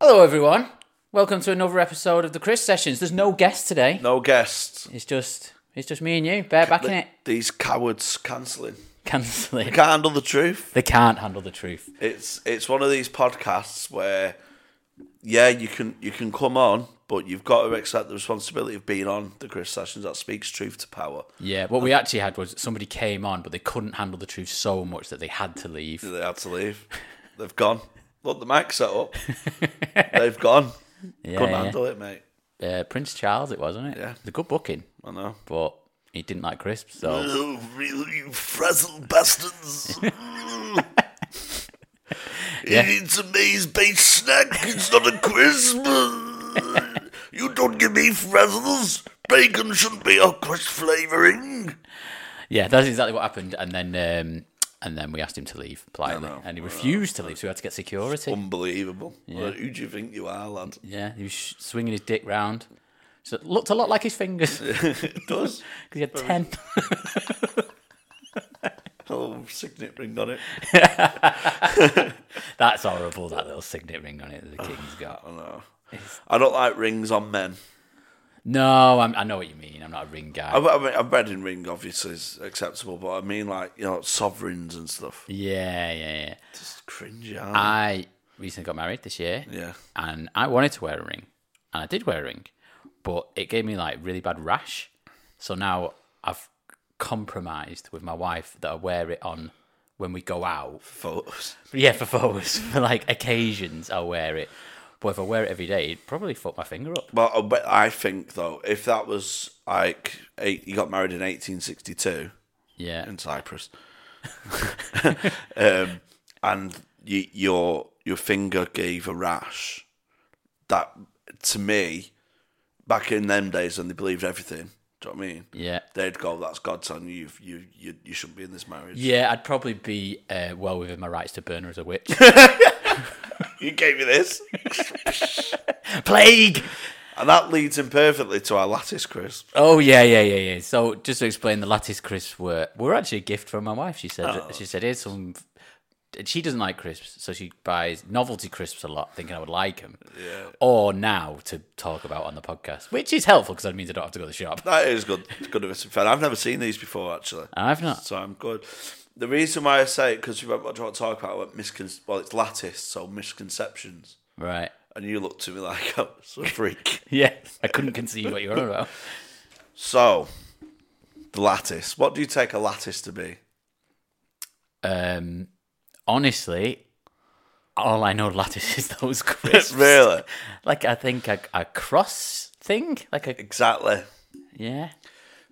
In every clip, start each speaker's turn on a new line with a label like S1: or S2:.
S1: Hello, everyone. Welcome to another episode of the Chris Sessions. There's no guest today.
S2: No guests.
S1: It's just it's just me and you. Barebacking it.
S2: These cowards cancelling.
S1: Cancel
S2: They
S1: it.
S2: can't handle the truth.
S1: They can't handle the truth.
S2: It's it's one of these podcasts where, yeah, you can you can come on, but you've got to accept the responsibility of being on the Chris Sessions that speaks truth to power.
S1: Yeah, what we actually had was somebody came on, but they couldn't handle the truth so much that they had to leave.
S2: They had to leave. They've gone. Look, the mic's set up. They've gone.
S1: Yeah,
S2: Couldn't
S1: yeah.
S2: handle it, mate.
S1: Uh, Prince Charles, it was, wasn't it?
S2: Yeah.
S1: The good booking,
S2: I know.
S1: but he didn't like crisps, so
S2: Oh, really, you frazzled bastards.
S1: Yeah.
S2: It is a maize based snack. It's not a Christmas. you don't give me frazzles. Bacon shouldn't be a crisp flavouring.
S1: yeah, that's exactly what happened. And then, um, and then we asked him to leave politely, and he refused to leave, so we had to get security.
S2: Um, Unbelievable. Well, Who do you think you are, lad?
S1: Yeah, he was sh- swinging his dick round. So it looked a lot like his fingers because
S2: It does.
S1: he had ten.
S2: Oh, signet ring on it.
S1: That's horrible. That little signet ring on it that the king's got.
S2: I know. I don't like rings on men.
S1: No, I'm, I know what you mean. I'm not a ring guy.
S2: I've, I've, I've read in ring, obviously, is acceptable, but I mean, like, you know, sovereigns and stuff.
S1: yeah, yeah, yeah.
S2: Just cringy, aren't they?
S1: I recently got married this year.
S2: Yeah.
S1: and I wanted to wear a ring, and I did wear a ring, but it gave me like really bad rash. So now I've compromised with my wife that I wear it on when we go out.
S2: Photos.
S1: Yeah, for photos, for like occasions, I'll wear it. But if I wear it every day, it'd probably fuck my finger up.
S2: Well, I bet- uh, I think though, if that was like eight, you got married in 1862
S1: Yeah,
S2: in Cyprus, um, and you, your your finger gave a rash, that to me, back in them days when they believed everything, do you know what I mean?
S1: yeah,
S2: They'd go, "That's God's on you. You you you shouldn't be in this marriage."
S1: yeah. I'd probably be uh, well within my rights to burn her as a witch.
S2: You gave me this,
S1: Plague.
S2: and that leads in perfectly to our lattice crisp.
S1: Oh yeah, yeah, yeah, yeah. So just to explain, the lattice crisps were were actually a gift from my wife. She said she said here's some. She doesn't like crisps, so she buys novelty crisps a lot, thinking I would like them. Yeah. Or now to talk about on the podcast, which is helpful because that means I don't have to go to the shop.
S2: That is good. Good of us. In fact, I've never seen these before, actually.
S1: I've not.
S2: So I'm good. The reason why I say it because we went what do you want to talk about? I went miscon- well, it's lattice, so misconceptions.
S1: Right.
S2: And you looked at me like I was a freak.
S1: Yeah. I couldn't conceive what you were on about.
S2: so, the lattice. What do you take a lattice to be?
S1: Um, honestly, all I know lattice is those crisps.
S2: Really?
S1: Like I think a, a cross thing, like a
S2: Exactly.
S1: yeah.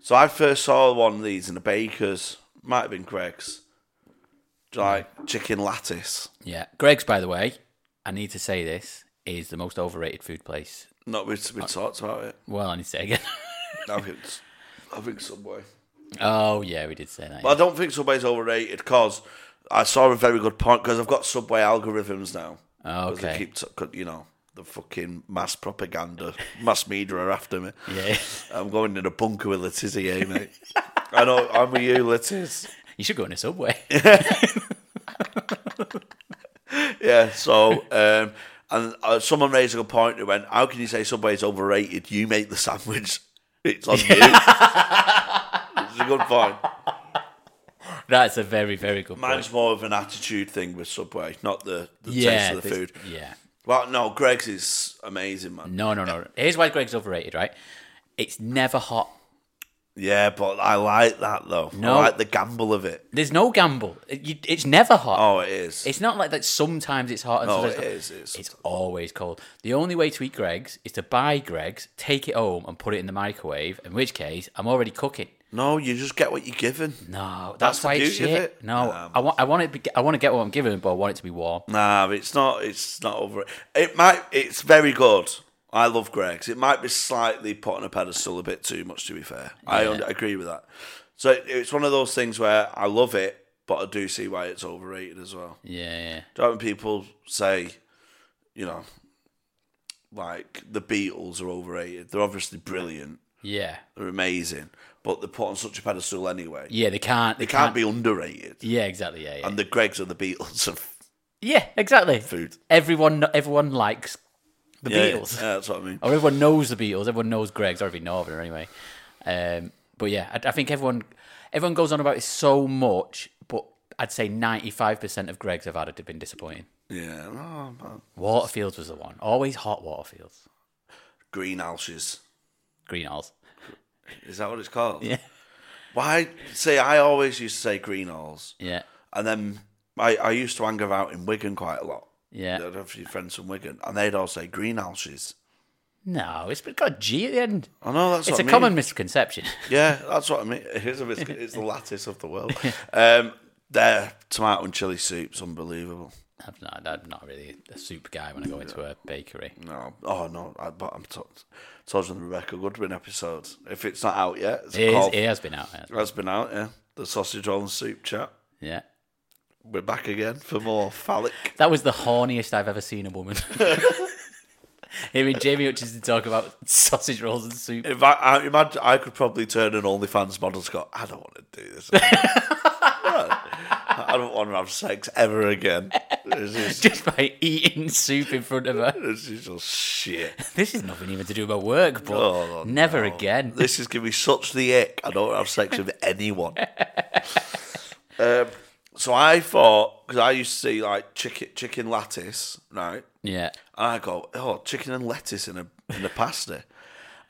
S2: So I first saw one of these in a baker's. Might have been Greg's. Like chicken lattice.
S1: Yeah. Greg's, by the way, I need to say this, is the most overrated food place. Uh,
S2: Not we, we talked about it.
S1: Well, I need to say again.
S2: I think, it's- I think Subway.
S1: Oh yeah, we did say that.
S2: But I don't think Subway's overrated because I saw a very good point because I've got Subway algorithms now. 'Cause They
S1: Ah, Okay.
S2: keep, t- 'cause, you know, the fucking mass propaganda, mass media are after me.
S1: yeah.
S2: I'm going in a bunker with Letizia, eh, mate. I know, I'm with you, Letiz.
S1: you should go in a subway.
S2: Yeah, so, um, and uh, someone raised a good point who went, How can you say Subway's overrated? You make the sandwich, it's on you. it's a good point.
S1: That's a very very good point.
S2: Mine's more of an attitude thing with Subway, not the, the taste of the
S1: this-
S2: food.
S1: Yeah.
S2: Well, no, Greg's is amazing, man.
S1: No, no, no. Here's why Greg's overrated, right? It's never hot.
S2: Yeah, but I like that though.
S1: No.
S2: I like the gamble of it.
S1: There's no gamble. It- you- It's never hot.
S2: Oh, it is.
S1: It's not like that. Sometimes it's hot. And
S2: No,
S1: sometimes
S2: it
S1: not.
S2: is, it is
S1: It's always cold. The only way to eat Greg's is to buy Greg's, take it home, and put it in the microwave. In which case, I'm already cooking.
S2: no, you just get what you're given.
S1: No,
S2: That's
S1: that's,
S2: the
S1: why it's
S2: beauty of
S1: shit.
S2: it. Um,
S1: No,
S2: Nah,
S1: I want. I want it. be- I want to get what I'm given, but I want it to be warm.
S2: Nah, it's not. It's not over. It might. It's very good. I love Greg's. It might be slightly put on a pedestal a bit too much. To be fair, I un- agree with that. So it- it's one of those things where I love it, but I do see why it's overrated as well.
S1: Yeah,
S2: Do you know when people say, you know, like the Beatles are overrated? They're obviously brilliant.
S1: yeah,
S2: They're amazing, but they're put on such a pedestal anyway.
S1: yeah. They can't.
S2: They can't be underrated.
S1: Yeah, exactly. Yeah, yeah.
S2: And the Gregs are the Beatles of
S1: yeah, exactly.
S2: food.
S1: Everyone, everyone likes the
S2: Yeah,
S1: Beatles. Oh.
S2: yeah, that's what I mean.
S1: or everyone knows the Beatles. Everyone knows Greg's, or if you know of it anyway. Um, but yeah, I, I think everyone everyone goes on about it so much, but I'd say ninety five percent of Greg's I've had have been disappointing.
S2: Yeah, oh, man.
S1: Waterfields was the one. Always hot Waterfields,
S2: green alches.
S1: Green Halls.
S2: Is that what it's called?
S1: Yeah.
S2: Why? See, I always used to say green alls,
S1: Yeah,
S2: and then I, I used to hang about in Wigan quite a lot.
S1: yeah.
S2: I'd have a few friends from Wigan, and they'd all say green alches.
S1: No, it's got a G at the end.
S2: I know that's
S1: it's
S2: what
S1: a
S2: I mean.
S1: common misconception.
S2: Yeah, that's what I mean. It is a biscuit. It's the lattice of the world. Um, their tomato and chili soup's unbelievable.
S1: I'm not, I'm not really a soup guy when I go into a bakery.
S2: No, oh no, I, but I'm t- told you on the Rebecca Goodwin episode. If it's not out yet, it's
S1: It, is,
S2: called,
S1: it has been out. yeah.
S2: has been out. Yeah, the sausage roll and soup chat.
S1: Yeah,
S2: We're back again for more phallic.
S1: that was the horniest I've ever seen a woman. Hearing Jamie Hutchinson talk about sausage rolls and soup.
S2: If I, I imagine, I could probably turn an OnlyFans model. Scott, I don't want to do this. I don't want to have sex ever again. This is
S1: just by eating soup in front of her.
S2: this is just shit.
S1: This is nothing even to do with my work, but
S2: Oh,
S1: never again.
S2: This is giving me such the ick. I don't have sex with anyone. um, so I thought because I used to see like chicken chicken lattice, right?
S1: Yeah,
S2: And I go, oh, chicken and lettuce in a in a pasta, and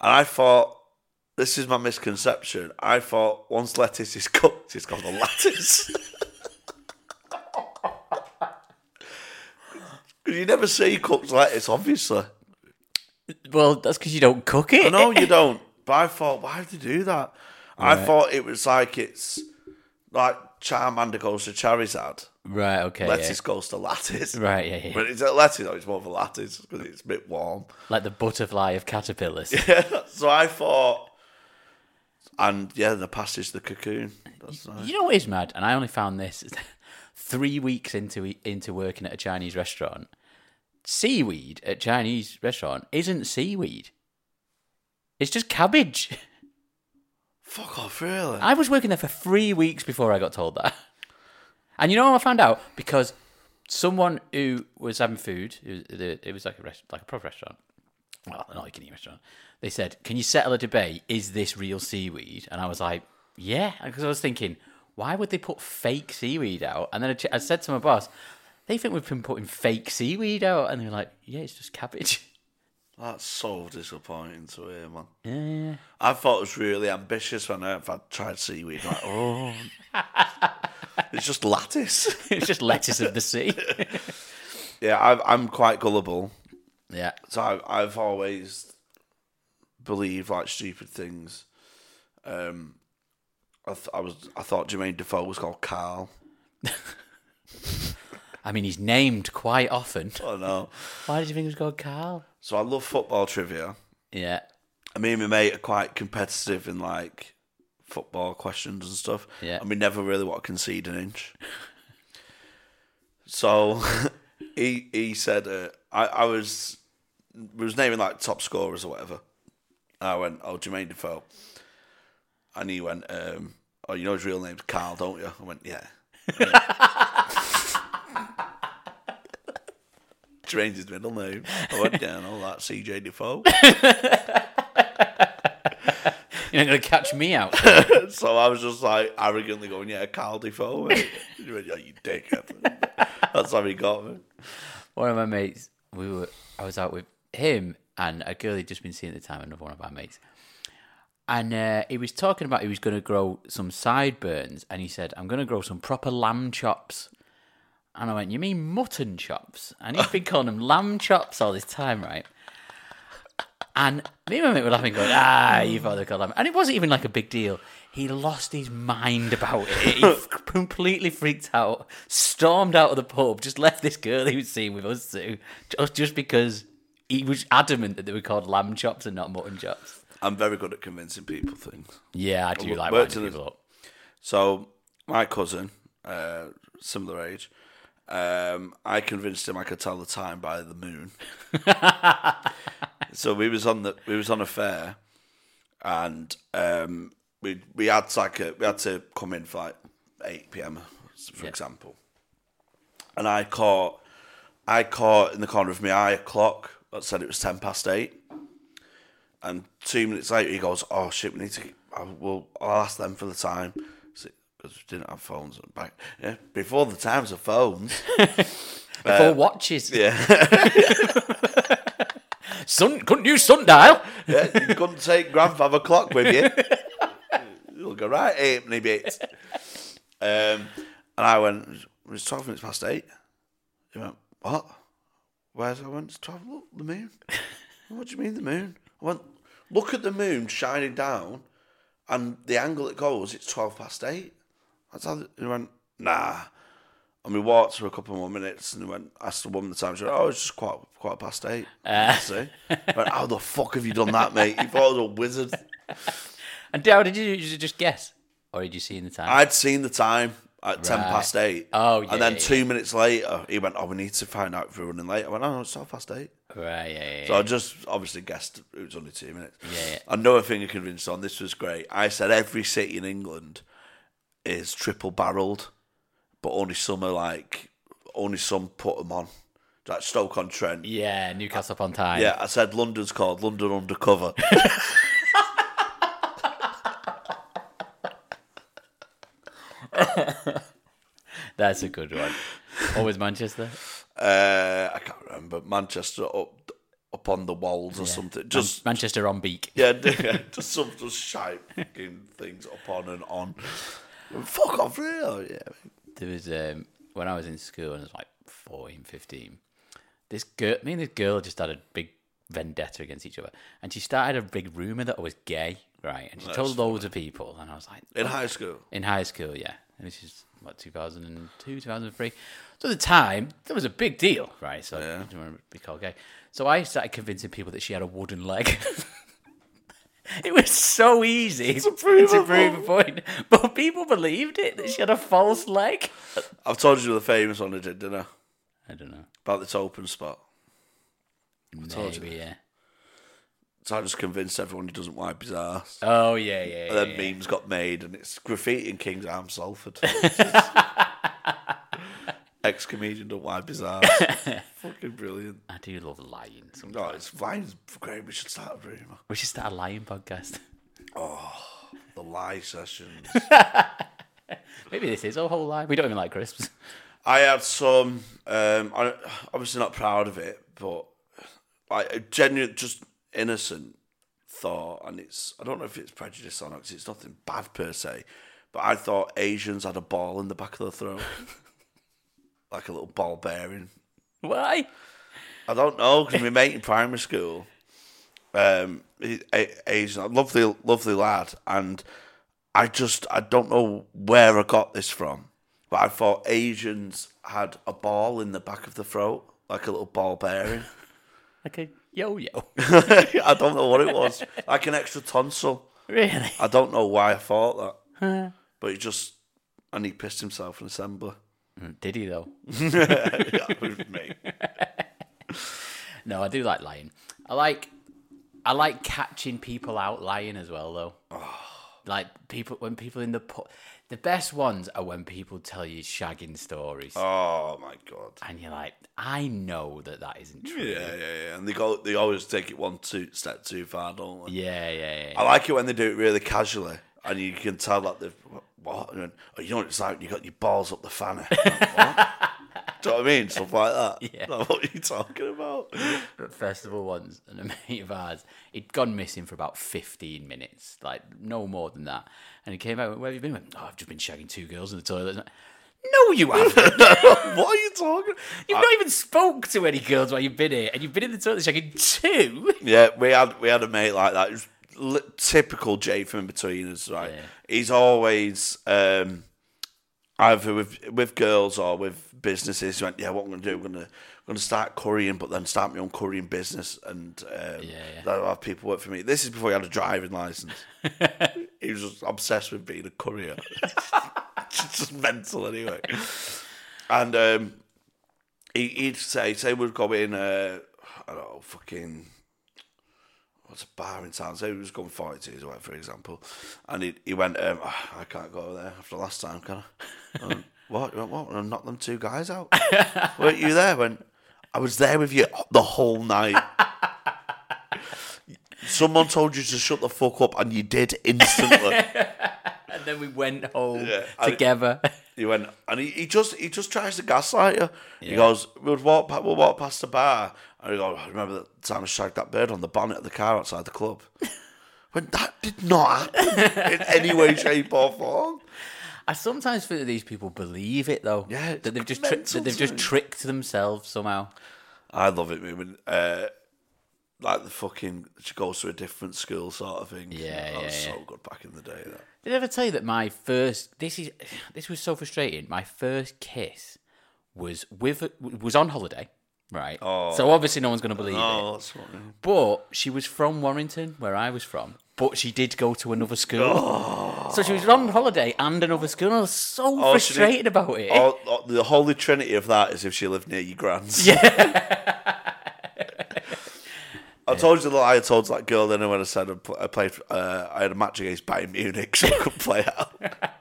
S2: I thought this is my misconception. I thought once lettuce is cooked, it's called a lattice. Because you never see cooked lettuce, obviously.
S1: well, that's because you don't cook it.
S2: No, you don't. But I thought, why would they do that? I thought it was like it's like Charmander goes to Charizard,
S1: Right. Okay. yeah.
S2: lettuce goes to lattice.
S1: Right. Yeah. yeah.
S2: But it's a lettuce, though, it's more of a lattice because it's a bit warm.
S1: Like the butterfly of caterpillars.
S2: So I thought, and yeah, the pasta's the cocoon. That's nice.
S1: you know what is mad? And I only found this three weeks into into working at a Chinese restaurant. Seaweed at Chinese restaurant isn't seaweed. It's just cabbage.
S2: Fuck off, really?
S1: I was working there for three weeks before I got told that. And you know how I found out? Because someone who was having food, it was, the- it was like a rest, like a proper restaurant, well, not like any restaurant. They said, "Can you settle a debate? Is this real seaweed?" And I was like, "Yeah," because I was thinking, why would they put fake seaweed out? And then I, ch- I said to my boss, "They think we've been putting fake seaweed out," and they were like, "Yeah, it's just cabbage."
S2: That's so disappointing to hear, man. Yeah. I thought it was really ambitious when I, if I tried seaweed. Like, oh, it's just lattice.
S1: it's just lettuce of the sea.
S2: Yeah, i I'm quite gullible.
S1: yeah,
S2: So I, I've always believed like stupid things. Um, I, th- I was I thought Jermaine Defoe was called Carl.
S1: I mean, he's named quite often.
S2: Oh no!
S1: Why did you think it was called Carl?
S2: So I love football trivia,
S1: Yeah.
S2: me and my mate are quite competitive in like football questions and stuff.
S1: Yeah.
S2: And we never really want to concede an inch. so he he said uh, I I was we was naming like top scorers or whatever. And I went, oh Jermaine Defoe, and he went, um, oh you know his real name's Carl, don't you? I went, yeah. Jermaine's his middle name. I went down all that CJ Defoe.
S1: You're not going to catch me out.
S2: So I was just like arrogantly going, "Yeah, Carl Defoe." mate." He went, "Yeah, you dickhead." That's how he got me.
S1: one of my mates, we were, I was out with him and a girl he'd just been seeing at the time, another one of our mates. And uh, he was talking about he was going to grow some sideburns, and he said, "I'm going to grow some proper lamb chops." And I went, "You mean mutton chops?" And he's been calling them lamb chops all this time, right? And me and my mate were laughing, going, "Ah, you've got to call lamb." And it wasn't even like a big deal. He lost his mind about it. He f- completely freaked out, stormed out of the pub, just left this girl he was seeing with us two, just just because he was adamant that they were called lamb chops and not mutton chops.
S2: I'm very good at convincing people things.
S1: Yeah, I do
S2: Look,
S1: like
S2: worked
S1: winding
S2: in the-
S1: people up.
S2: So my cousin, uh, similar age, um, I convinced him I could tell the time by the moon. so we was on the we was on a fair, and um, we we had like a, we had to come in for like eight pm, for example. And I caught, I caught in the corner of my eye a clock that said it was ten past eight. And two minutes later, he goes, "Oh shit, we need to. I will. I'll ask them for the time because we didn't have phones back. Yeah, before the times of phones. uh,
S1: Four watches.
S2: yeah,
S1: Sun couldn't use sundial.
S2: yeah, you couldn't take grandfather clock with you. You'll go right, eight bit. Um, and I went. It's twelve minutes past eight. He went, "What? Where's I went? It's twelve. Look, the moon. what do you mean the moon? I went, look at the moon shining down, and the angle it goes. It's twelve past eight. That's how. He went, nah. And we walked for a couple more minutes, and we went asked the woman the time. She went, "Oh, it's just quite quite past eight.
S1: Uh.
S2: See, I went, how the fuck have you done that, mate? You thought I was a wizard.
S1: And how did you, did you just guess, or did you see in the time?
S2: I'd seen the time at ten
S1: Right.
S2: past eight.
S1: Oh, yeah,
S2: And then
S1: yeah,
S2: two minutes later, he went, "Oh, we need to find out if we're running late." I went, "Oh, no, it's half past eight.
S1: right, yeah, yeah,
S2: So I just obviously guessed it was only two minutes.
S1: Yeah, yeah.
S2: Another thing I convinced on this was great. I said every city in England is triple barrelled, but only some are like only some put them on, like Stoke on Trent.
S1: yeah. Yeah, Newcastle upon Tyne.
S2: Yeah, I said London's called London Undercover.
S1: that's a good one. Always Manchester.
S2: uh, I can't remember Manchester up up on the walls or something. Just
S1: Man- Manchester on beak.
S2: yeah, yeah, just some just shite fucking things up on and on. Fuck off, real. Yeah,
S1: There was um, when I was in school and I was like 14, 15, This girl, me and this girl, just had a big vendetta against each other, and she started a big rumor that I was gay, right? And she told loads of people, and I was like,
S2: in high school.
S1: In high school, yeah. And this is what 2002, 2003. So at the time, that was a big deal, right? So I didn't want to be called gay. So I started convincing people that she had a wooden leg. it was so easy to prove, a point, but people believed it that she had a false leg.
S2: I've told you the famous one I did, didn't I?
S1: I don't know.
S2: About this open spot. told you.
S1: Maybe, yeah.
S2: So I just convinced everyone he doesn't wipe his ass.
S1: Oh yeah, yeah. yeah,
S2: And then
S1: yeah.
S2: memes got made, and it's graffiti in King's Arm, Salford. Ex comedian don't wipe his ass. Fucking brilliant.
S1: I do love lying. Sometimes.
S2: No, it's Vine's great. We should start a rumour.
S1: We should start a lying podcast.
S2: The lie sessions.
S1: Maybe this is a whole lie. We don't even like crisps.
S2: I had some. Um, I obviously not proud of it, but like a genuine, just innocent thought, and it's. I don't know if it's prejudice or not, 'cause it's nothing bad per se. But I thought Asians had a ball in the back of the throat, like a little ball bearing.
S1: Why?
S2: I don't know because my mate in primary school, um, he- A- Asian, lovely, lovely lad, and I just I don't know where I got this from, but I thought Asians had a ball in the back of the throat, like a little ball bearing.
S1: Like a Yo yo.
S2: I don't know what it was. Like an extra tonsil.
S1: Really?
S2: I don't know why I thought that. but he just, and he pissed himself in assembly.
S1: Did he though?
S2: Yeah, it was me.
S1: No, I do like lying. I like I like catching people out lying as well though.
S2: Oh.
S1: Like people when people in the pub the best ones are when people tell you shagging stories.
S2: Oh my god.
S1: And you're like, I know that that isn't true.
S2: Yeah, yeah, yeah. And they go, they always take it one two step too far, don't they?
S1: Yeah, yeah, yeah.
S2: I like it when they do it really casually, and you can tell that they've what. And then, oh, you know what it's like when you got your balls up the fanny. Like, what? do you know what I mean? Stuff like that.
S1: Yeah.
S2: Like, what are you talking about?
S1: Festival once, and a mate of ours, he'd gone missing for about 15 minutes, like no more than that. And he came out, where have you been? I went, oh, I've just been shagging two girls in the toilet. No, you haven't.
S2: what are you talking?
S1: You've not even spoke to any girls while you've been here, and you've been in the toilet shagging two.
S2: Yeah, we had we had a mate like that. It was li- typical Jay from in between us, right? He's always um, either with with girls or with businesses. He went, yeah, what I'm gonna do? I'm gonna gonna start currying, but then start my own currying business, and um,
S1: yeah.
S2: that'll have people work for me. This is before he had a driving license. he was just obsessed with being a courier. just mental anyway. And um, he, he'd say, say we'd go in, uh, I don't know, fucking, what's a bar in town? Say we was going 42s or whatever, for example. And he, he went, um, "Ah, I can't go over there after last time, can I? Um, what? He went, what? And I knocked them two guys out. Weren't you there? I went, I was there with you the whole night. Someone told you to shut the fuck up, and you did instantly.
S1: And then we went home
S2: Yeah, I-
S1: together.
S2: He went, and he, he just he just tries to gaslight you. He goes, we would walk pa- we'll walk past the bar, and he goes, I remember the time I shagged that bird on the bonnet of the car outside the club. when that did not happen in any way, shape, or form.
S1: I sometimes think that these people believe it though.
S2: Yeah, it's
S1: that they've just tri-
S2: mental
S1: that they've
S2: to
S1: just
S2: me.
S1: tricked themselves somehow.
S2: I love it when uh, like the fucking she goes to a different school sort of thing.
S1: Yeah,
S2: that was
S1: yeah,
S2: so good back in the day. That.
S1: Did I ever tell you that my first this is this was so frustrating. My first kiss was with was on holiday, right? Oh. So obviously no one's going to believe it.
S2: Oh, that's funny.
S1: But she was from Warrington, where I was from. But she did go to another school, so she was on holiday and another school. And I was so
S2: Oh, she did-
S1: frustrated about it.
S2: Oh, oh, the holy trinity of that is if she lived near your grands. I told you the lie I told that girl then when I said I, pl- I played. Uh, I had a match against Bayern Munich, so I could play out.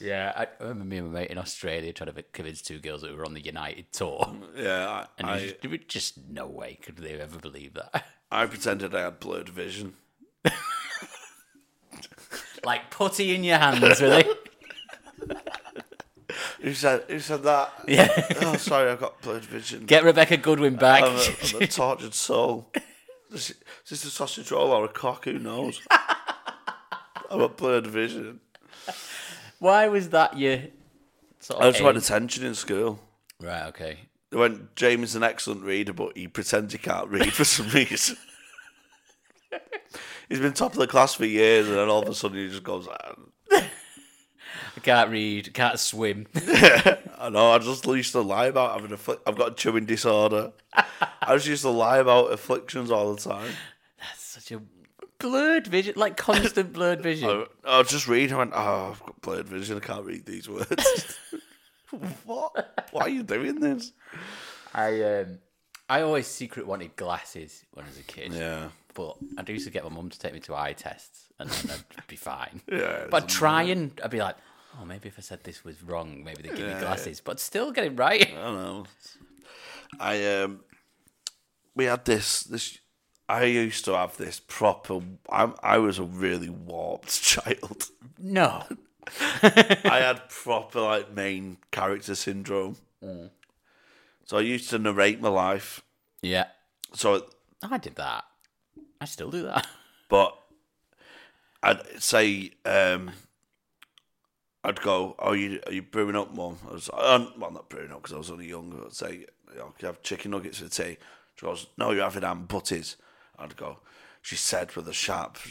S1: Yeah, I I remember me and my mate in Australia trying to convince two girls that we were on the United tour,
S2: Yeah, I,
S1: and it
S2: I,
S1: was just, there was just no way could they ever believe that.
S2: I pretended I had blurred vision.
S1: like putty in your hands, really.
S2: Who said? Who said that?
S1: Yeah,
S2: oh, sorry, I got blurred vision.
S1: get Rebecca Goodwin back.
S2: I'm a, I'm a tortured soul. Is it- is this a sausage roll or a cock? Who knows? I'm a blurred vision.
S1: Why was that your? Sort of
S2: I just
S1: aim?
S2: wanted attention in school.
S1: Right. Okay.
S2: They went, James is an excellent reader, but he pretends he can't read for some reason. He's been top of the class for years, and then all of a sudden he just goes, I,
S1: I can't read. Can't swim.
S2: I know, I just used to lie about having a affli- I've got a chewing disorder. I just used to lie about afflictions all the time.
S1: Such a blurred vision, like constant blurred vision.
S2: I, I was just reading, I went, oh, I've got blurred vision, I can't read these words. what? Why are you doing this?
S1: I um, I always secret wanted glasses when I was a kid.
S2: Yeah.
S1: But I'd used to get my mum to take me to eye tests, and then I'd be fine.
S2: Yeah,
S1: But I'd try and I'd be like, oh, maybe if I said this was wrong, maybe they'd give me glasses. But still get it right.
S2: I don't know. I um, we had this this. I used to have this proper. I'm, I was a really warped child.
S1: No.
S2: I had proper like main character syndrome. So I used to narrate my life.
S1: Yeah.
S2: So,
S1: I did that. I still do that.
S2: but I'd say um, I'd go. Oh, you are you brewing up, mum? I was um, well, not brewing up because I was only young. I'd say, you know, "Can I have chicken nuggets for tea?" She goes, "No, you're having ham butties." I'd go. She said with a sharp.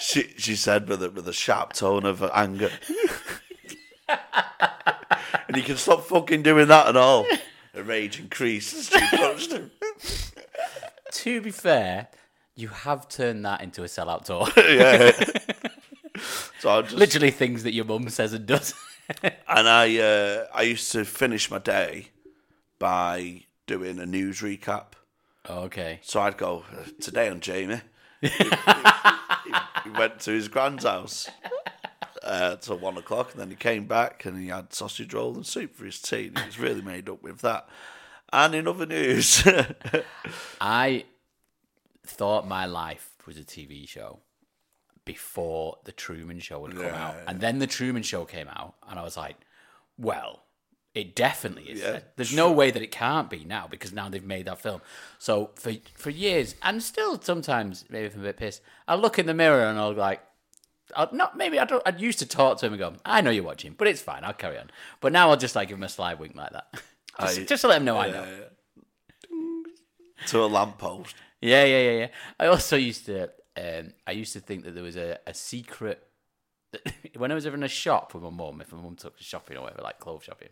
S2: she she said with a with a sharp tone of anger. and you can stop fucking doing that and all. It The rage increased as she punched him.
S1: To be fair, you have turned that into a sellout tour.
S2: So I just,
S1: Literally things that your mum says and does.
S2: and I uh, I used to finish my day by doing a news recap.
S1: okay.
S2: So I'd go "Uh, today on Jamie. he, he- he went to his grand's house uh, till one o'clock, and then he came back and he had sausage roll and soup for his tea. And he was really made up with that. And in other news,
S1: I thought my life was a TV show before the Truman Show had come out, and then the Truman Show came out, and I was like, "Well, it definitely is.
S2: Yeah.
S1: There's no way that it can't be now because now they've made that film." So for for years, and still sometimes, maybe if I'm a bit pissed, I look in the mirror and I'll like. I'd not maybe I don't. I'd used to talk to him and go, "I know you're watching, but it's fine. I'll carry on." But now I'll just like give him a sly wink like that, just,
S2: I-
S1: just to let him know I know.
S2: uh, to a lamppost.
S1: Yeah, yeah, yeah, yeah. I also used to, um, I used to think that there was a, a secret. when I was ever in a shop with my mum, if my mum took us shopping or whatever, like clothes shopping,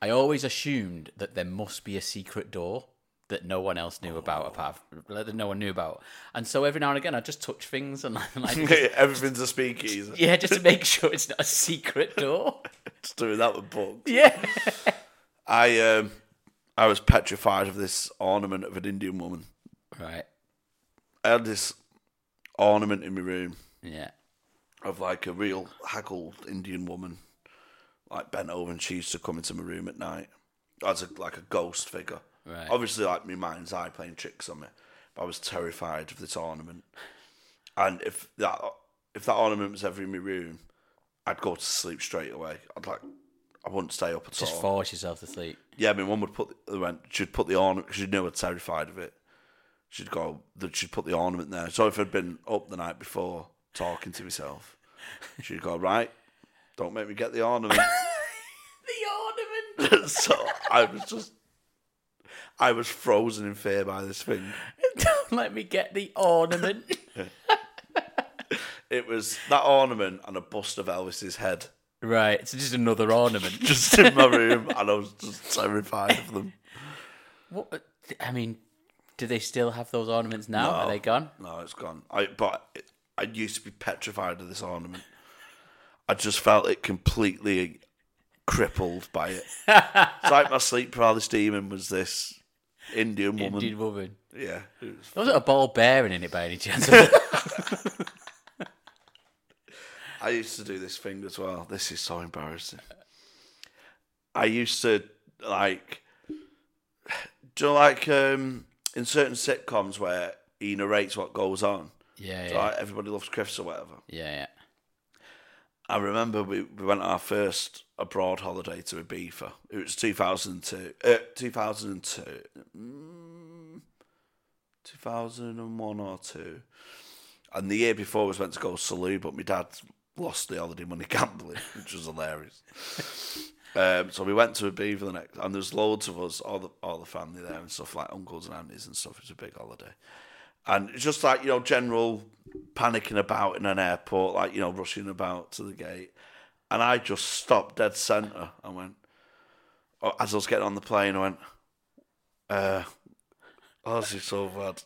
S1: I always assumed that there must be a secret door that no one else knew about, apart from, that no one knew about. And so every now and again, I just touch things and like, just-
S2: Everything's a speakeasy.
S1: yeah, just to make sure it's not a secret door.
S2: Just doing that with books.
S1: Yeah.
S2: I um, I was petrified of this ornament of an Indian woman.
S1: Right.
S2: I had this ornament in my room.
S1: Yeah.
S2: of like a real haggled Indian woman, like bent over, and she used to come into my room at night as a, like a ghost figure.
S1: Right.
S2: Obviously, like my mind's eye playing tricks on me. But I was terrified of this ornament, and if that if that ornament was ever in my room, I'd go to sleep straight away. I'd like. I wouldn't stay up at
S1: Just
S2: all.
S1: force yourself to sleep.
S2: Yeah, I mean, one would put the went. She'd put the ornament because she knew I was terrified of it. She'd go. that She'd put the ornament there. So if I'd been up the night before talking to myself, she'd go right. Don't make me get the ornament.
S1: The ornament.
S2: so I was just, I was frozen in fear by this thing.
S1: Don't let me get the ornament.
S2: It was that ornament and a bust of Elvis's head
S1: Right, it's just another ornament.
S2: just in my room, and I was just terrified of them.
S1: what? uh, I mean, do they still have those ornaments now? Are they gone?
S2: No, it's gone. I but it, I used to be petrified of this ornament. I just felt it completely crippled by it. it's like my sleep paralysis demon was this Indian woman.
S1: Indian woman.
S2: Yeah, it was-
S1: Wasn't a ball bearing in it by any chance?
S2: I used to do this thing as well. This is so embarrassing. I used to like, do you know, like um, in certain sitcoms where he narrates what goes on.
S1: yeah,
S2: So
S1: yeah,
S2: like, everybody loves Chris or whatever.
S1: yeah,
S2: I remember we, we went on our first abroad holiday to Ibiza. It was 2002. Uh, 2002. mm, 2001 or 2. And the year before, I was meant to go to Salou, but my dad lost the holiday money gambling, which was hilarious. Um, so we went to Ibiza the next, and there's loads of us, all the all the family there and stuff like uncles and aunties and stuff. It's a big holiday, and it's just like you know, general panicking about in an airport, like you know, rushing about to the gate. And I just stopped dead centre and went, oh, as I was getting on the plane, I went, uh, "Oh, this is so bad."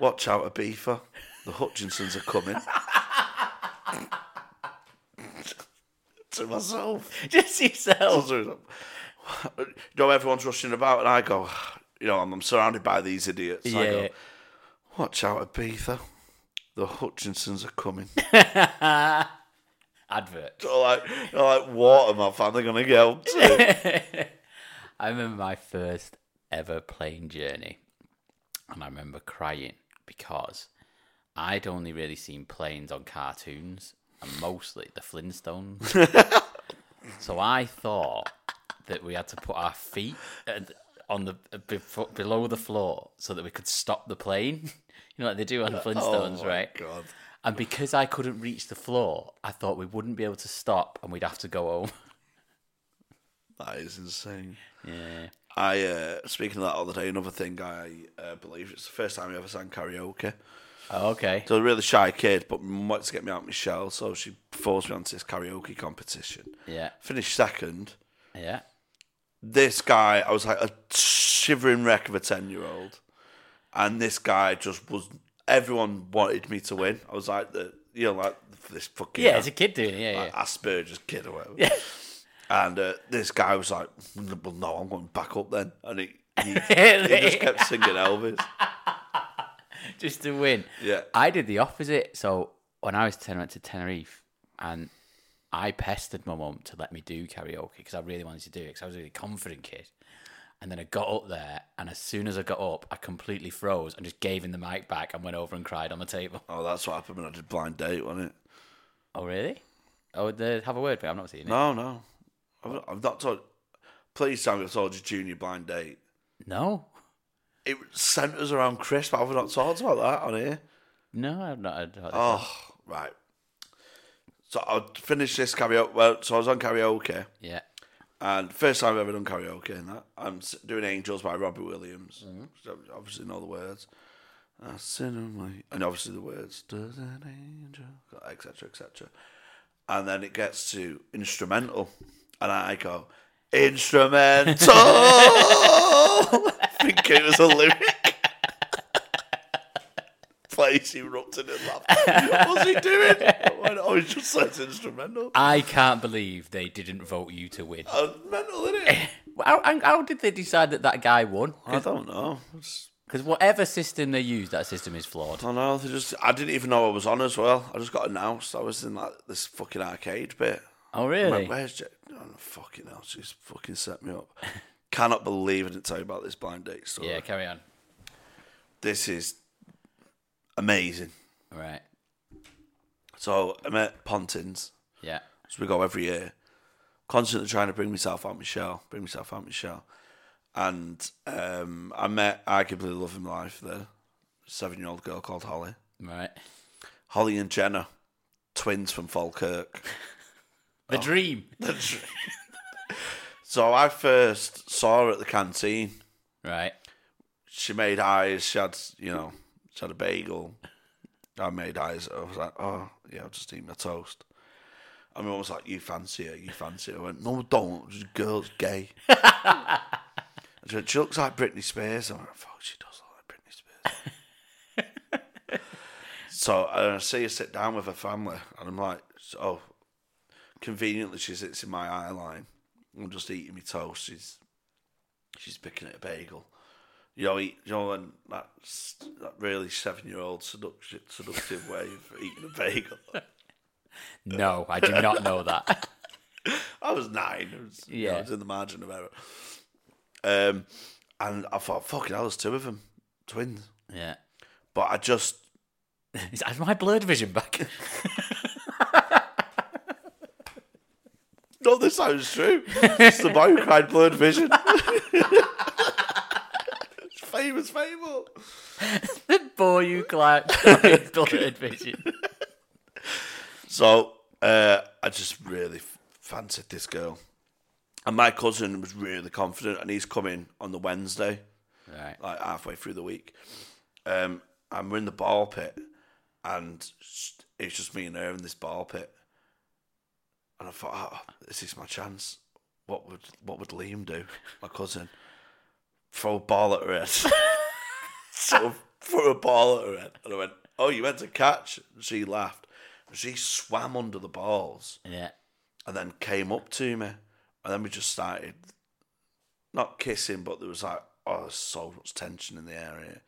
S2: Watch out, Ibiza. The Hutchinsons are coming. to myself
S1: yeah. Just yourself.
S2: you know, everyone's rushing about, and I go, you know, I'm, I'm surrounded by these idiots. I
S1: Yeah,
S2: go, watch out, Ibiza. The Hutchinsons are coming.
S1: Advert.
S2: They're like, they're like, water, my fan, they're going to get up to it."
S1: I remember my first ever plane journey, and I remember crying because I'd only really seen planes on cartoons and mostly the Flintstones. so I thought that we had to put our feet at- on the befo- below the floor so that we could stop the plane. You know, like they do on the Flintstones, right?
S2: Oh, God.
S1: And because I couldn't reach the floor, I thought we wouldn't be able to stop and we'd have to go home.
S2: That is insane.
S1: Yeah.
S2: I, uh, speaking of that other day, another thing I uh, believe it's the first time I ever sang karaoke.
S1: Okay.
S2: So I was a really shy kid, but my mum wanted to get me out of my shell, so she forced me onto this karaoke competition.
S1: Yeah.
S2: Finished second,
S1: Yeah.
S2: this guy, I was like a shivering wreck of a 10 year old. And this guy just was, everyone wanted me to win. I was like, the, you know, like this fucking
S1: Yeah, as a kid doing it. Yeah,
S2: like
S1: yeah.
S2: Asperger's kid or whatever. And uh, this guy was like, well, no, I'm going back up then. And he, he, he just kept singing Elvis.
S1: just to win.
S2: Yeah.
S1: I did the opposite. So when I was 10, I went to Tenerife and I pestered my mum to let me do karaoke because I really wanted to do it because I was a really confident kid. And then I got up there, and as soon as I got up, I completely froze and just gave him the mic back and went over and cried on the table.
S2: Oh, that's what happened when I did Blind Date, wasn't it?
S1: Oh, really? Oh, the, have a word, but I'm not seeing it.
S2: No, no. I've, I've not told. Please tell me I told you Junior Blind Date.
S1: No,
S2: It centres around Chris, but I've not talked about that on here.
S1: no, I'm not. I don't-
S2: Oh, right. So I finished this karaoke. Well, so I was on karaoke,
S1: Yeah,
S2: and first time I've ever done karaoke, and that I'm s- doing "Angels" by Robbie Williams. So obviously, know the words. I sit on my, and obviously the words "Does an angel," etc., etc. And then it gets to instrumental, and I go instrumental. Think it was a lyric. Place erupted in laughter. What's he doing? I went, oh, he just says instrumental.
S1: I can't believe they didn't vote you to win.
S2: I was mental, innit?
S1: How, how- how did they decide that that guy won?
S2: I don't know. It's-
S1: Because whatever system they use, that system is flawed.
S2: I don't know. They just I didn't even know I was on as well. I just got announced. I was in like this fucking arcade bit.
S1: Oh,
S2: I
S1: really?
S2: went, Where's Jack? Oh, fucking hell, she's fucking set me up. Cannot believe I didn't tell you about this blind date story.
S1: Yeah, carry on.
S2: This is amazing.
S1: All right.
S2: So I met Pontins.
S1: Yeah.
S2: So we go every year. Constantly trying to bring myself out my shell, bring myself out my shell. And um, I met arguably the love of my life there. Seven year old girl called Holly.
S1: Right.
S2: Holly and Jenna, twins from Falkirk.
S1: The dream.
S2: So I first saw her at the canteen.
S1: Right.
S2: She made eyes. She had, you know, she had a bagel. I made eyes. I was like, oh, yeah, I'll just eat my toast. And my mum was like, you fancy her, you fancy her. I went, no, I don't. This girl's gay. and she went, she looks like Britney Spears. I went, fuck, she does look like Britney Spears. so and I see her sit down with her family. And I'm like, oh, conveniently she sits in my eye line. I'm just eating my toast. She's she's picking at a bagel. You know, eat, you know, and that s- that really seven year old seductive seductive way of eating a bagel.
S1: No, I do not know that.
S2: I was nine. I was, yeah,
S1: Yeah.
S2: I was in the margin of error. Um, and I thought, fucking hell, there's two of them, twins.
S1: yeah.
S2: But I just
S1: Is that my blurred vision back?
S2: No, this sounds true. It's the boy who cried blurred vision. It's famous fable.
S1: the boy you clapped. blurred vision.
S2: So uh, I just really f- fancied this girl. And my cousin was really confident, and he's coming on the Wednesday,
S1: Right.
S2: like halfway through the week. Um, and we're in the ball pit, and s- it's just me and her in this ball pit. And I thought, oh, this is my chance. What would what would Liam do? My cousin throw a ball at her head. so threw a ball at her head, and I went, "Oh, you meant to catch?" And she laughed. And she swam under the balls
S1: Yeah.
S2: and then came up to me, and then we just started not kissing, but there was like, oh, there's so much tension in the area.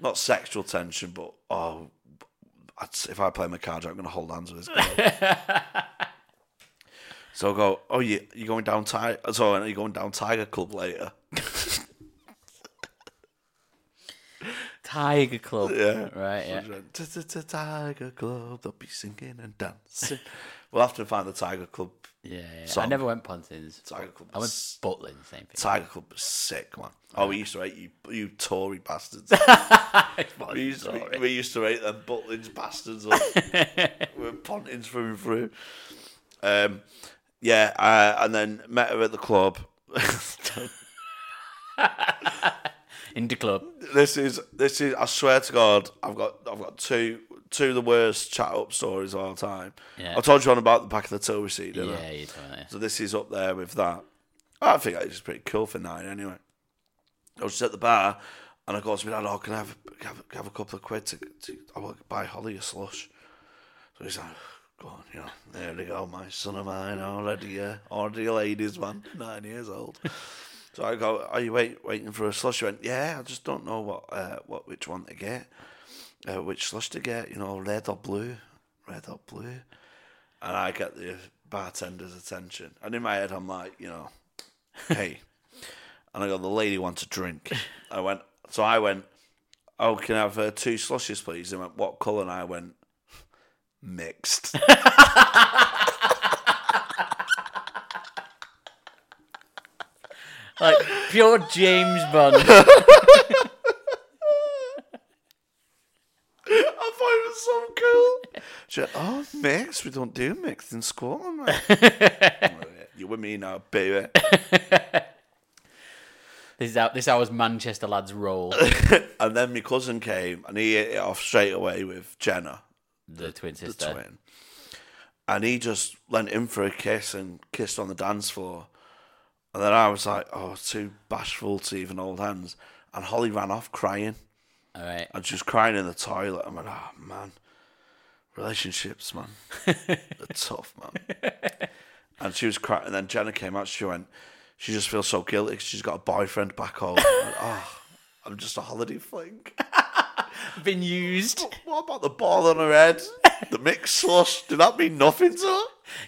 S2: not sexual tension, but oh, I'd, if I play my cards, right, I'm going to hold hands with this girl. so I go, oh, you you going down tiger? So are you going down Tiger Club later?
S1: Tiger Club. Yeah. Right. Yeah.
S2: She went, "Ta- ta- ta- Tiger Club, they'll be singing and dancing. we'll have to find the Tiger Club.
S1: Yeah. yeah. I
S2: Song.
S1: never went Pontins.
S2: Tiger Club.
S1: I went
S2: was-
S1: Butlin. Same thing.
S2: Tiger Club was sick, man. Oh, we used to hate you, you Tory bastards. we, used to, we, we used to hate them Butlins bastards. up. we were Pontins through and through. Um, yeah, uh, and then met her at the club.
S1: In the club.
S2: this is this is. I swear to God, I've got I've got two two of the worst chat up stories of all time.
S1: Yeah.
S2: I told you on about the back of the tow receipt, didn't I?
S1: Yeah. You told me.
S2: So this is up there with that. I think it's pretty cool for nine anyway. I was just at the bar and I go to my dad, oh, can I have, have, have a couple of quid to, to I will buy Holly a slush? So he's like, go on, you know, there they go, my son of mine already, uh, already a ladies man, nine years old. So I go, are you wait, waiting for a slush? He went, yeah, I just don't know what, uh, what which one to get, uh, which slush to get, you know, red or blue, red or blue. And I get the bartender's attention. And in my head, I'm like, you know, hey. And I go, the lady wants a drink. I went, so I went, oh, can I have uh, two slushes, please? They went, what colour? And I went, mixed.
S1: Like pure James Bond.
S2: I thought it was so cool. She went, oh, mixed. We don't do mixed in school. I'm like, you with me now, baby.
S1: This is how this hour's Manchester lads roll.
S2: and then my cousin came and he hit it off straight away with Jenna,
S1: The twin
S2: the
S1: sister.
S2: twin. And he just lent in for a kiss and kissed on the dance floor. And then I was like, oh, too bashful to even hold hands. And Holly ran off crying.
S1: All right.
S2: And she was crying in the toilet. I went, oh, man. Relationships, man. They're tough, man. And she was crying. And then Jenna came out. She went, she just feels so guilty 'cause she's got a boyfriend back home. I went, oh, I'm just a holiday fling.
S1: Been used.
S2: What about the ball on her head? The mixed slush? Did that mean nothing to her?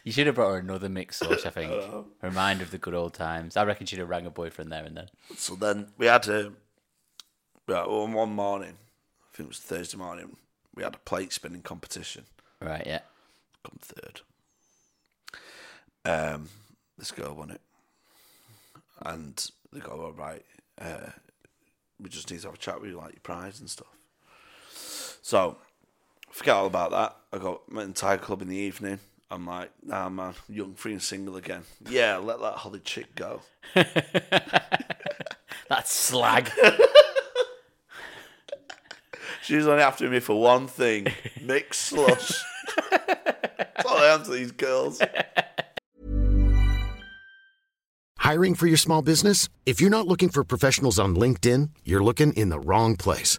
S1: You should have brought her another mixed sauce, I think.
S2: Oh.
S1: Reminder of the good old times. I reckon she'd have rang her boyfriend there and then.
S2: So then we had a right, one one morning. I think it was Thursday morning. We had a plate spinning competition.
S1: Right, yeah.
S2: Come third. Um, this girl won it, and they go all right. Uh, we just need to have a chat with you, like your prize and stuff. So forget all about that. I go met in Tiger Club in the evening. I'm like, nah, man, young, free, and single again. Yeah, let that holly chick go.
S1: That slag.
S2: She was only after me for one thing: mixed slush. That's all I am to these girls.
S3: Hiring for your small business? If you're not looking for professionals on LinkedIn, you're looking in the wrong place.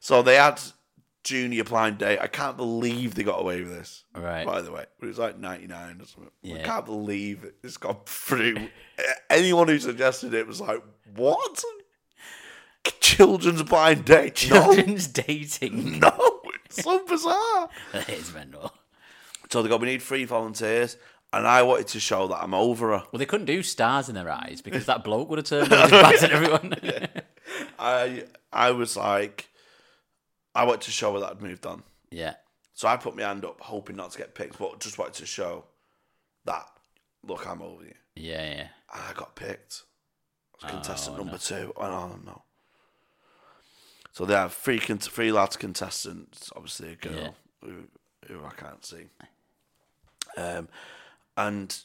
S2: So they had junior blind date. I can't believe they got away with this.
S1: Right.
S2: By the way, it was like ninety nine or something. I
S1: Yeah.
S2: can't believe it. it's gone through. Anyone who suggested it was like, what? Children's blind date? No,
S1: Children's dating.
S2: no, it's so bizarre.
S1: That is mental.
S2: So they go, we need three volunteers, and I wanted to show that I'm over her.
S1: Well, they couldn't do stars in their eyes because that bloke would have turned around and battered everyone.
S2: I I was like, I wanted to show her that I'd moved on.
S1: yeah.
S2: So I put my hand up, hoping not to get picked, but just wanted to show that look, I'm over you.
S1: Yeah, yeah.
S2: And I got picked. I was contestant number two. I don't know. So they have three con- three lads contestants. Obviously, a girl who, who I can't see. Um, and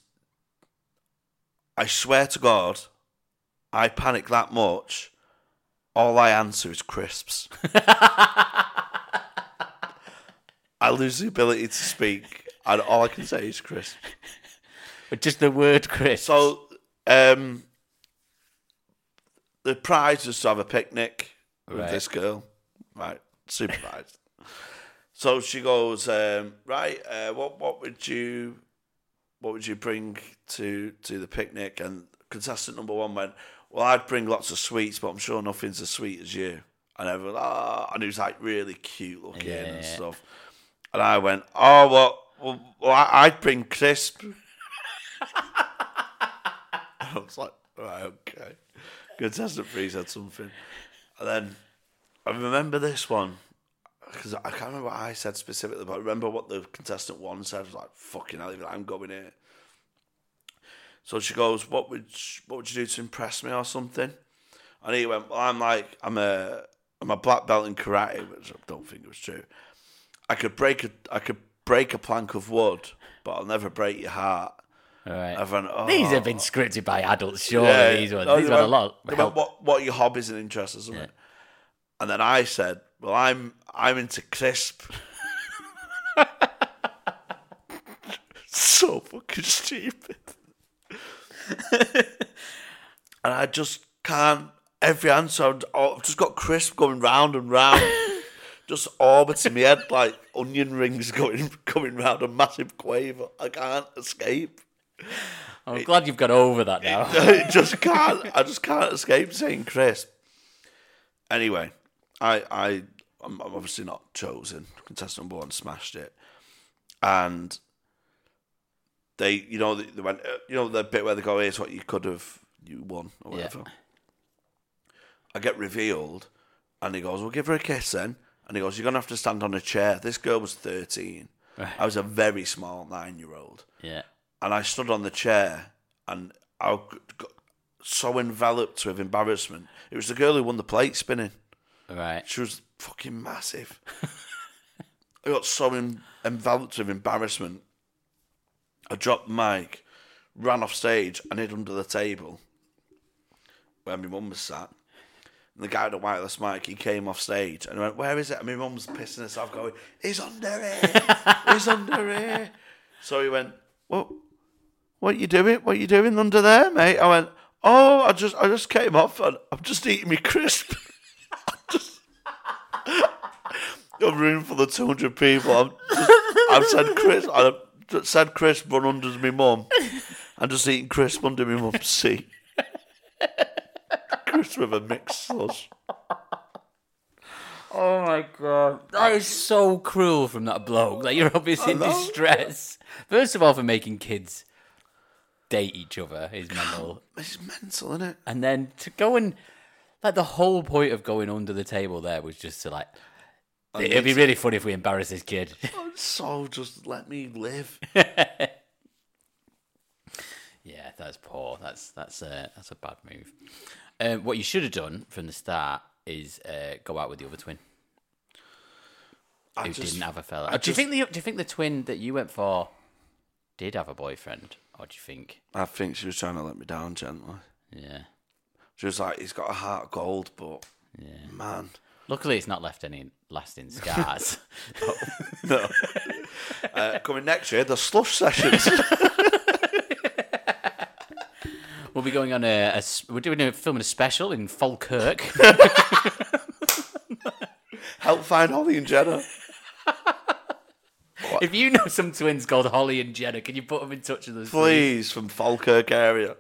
S2: I swear to God, I panic that much. All I answer is crisps. I lose the ability to speak, and all I can say is crisps.
S1: But just the word Chris.
S2: So, um, the prize was to have a picnic with
S1: Right.
S2: this girl, right? Supervised. so she goes, um, right. Uh, what what would you what would you bring to to the picnic? And contestant number one went, Well, I'd bring lots of sweets, but I'm sure nothing's as sweet as you. And everyone, ah, and he was like really cute looking and
S1: Yeah.
S2: stuff. And I went, oh, well, well, well I- I'd bring crisp. I was like, right, okay. Contestant Freeze had something. And then I remember this one because I can't remember what I said specifically, but I remember what the contestant one said. I was like, fucking hell, I'm going here. So she goes, "What would sh- what would you do to impress me or something?" And he went, "Well, I'm like I'm a I'm a black belt in karate, which I don't think was true. I could break a I could break a plank of wood, but I'll never break your heart."
S1: All right.
S2: I went, oh.
S1: These have been scripted by adults, surely.
S2: Yeah,
S1: These ones.
S2: no,
S1: These
S2: they
S1: have had a
S2: went-
S1: lot.
S2: they
S1: of
S2: went,
S1: help.
S2: what what are your hobbies and interests or something? And then I said, "Well, I'm I'm into crisp." so fucking stupid. and I just can't. Every answer, I've oh, I've just got crisp going round and round, just orbiting my head like onion rings going going round a massive quaver. I can't escape.
S1: I'm glad you've got over that now.
S2: I just can't. I just can't escape saying crisp. Anyway, I I I'm, I'm obviously not chosen. Contestant number one smashed it, and they you know they, they went uh, you know the bit where they go here's what you could have you won or
S1: Yeah.
S2: whatever. I get revealed, and he goes, "Well, give her a kiss then." And he goes, "You're gonna have to stand on a chair." This girl was thirteen. I was a very small nine-year-old
S1: Yeah.
S2: and I stood on the chair and I g- got so enveloped with embarrassment. It was the girl who won the plate spinning.
S1: All right.
S2: She was fucking massive. I got so en- enveloped with embarrassment. I dropped the mic, ran off stage, and hid under the table where my mum was sat. And the guy with the wireless mic, he came off stage and went, Where is it? And my mum's pissing herself, going, He's under here. He's under here. So he went, What? What you doing? What you doing under there, mate? I went, Oh, I just I just came off and I'm just eating me crisp. A room full of 200 people. I'm just, I've said crisp. I've just said crisp run under my mum. I'm just eating crisp under my mum's seat. Crisp with a mixed sauce.
S1: Oh my god, that is so cruel from that bloke. Like you're obviously in distress. First of all, for making kids date each other is mental,
S2: It's mental, isn't it?
S1: and then to go and like the whole point of going under the table there was just to like. It'd be really funny if we embarrass this kid.
S2: So just let me live.
S1: yeah, that's poor. That's that's a that's a bad move. Um, what you should have done from the start is uh, go out with the other twin.
S2: I
S1: who
S2: just,
S1: didn't have a fella.
S2: I
S1: do you
S2: just-
S1: think the do you think the twin that you went for did have a boyfriend, or do you think?
S2: I think she was trying to let me down gently.
S1: Yeah,
S2: She was like, he's got a heart of gold, but
S1: yeah.
S2: man.
S1: Luckily, it's not left any lasting scars.
S2: No. uh, coming next year, the slush sessions.
S1: we'll be going on a, a s- we're doing a filming a special in Falkirk.
S2: Help find Holly and Jenna.
S1: if you know some twins called Holly and Jenna, can you put them in touch with us?
S2: please from Falkirk area.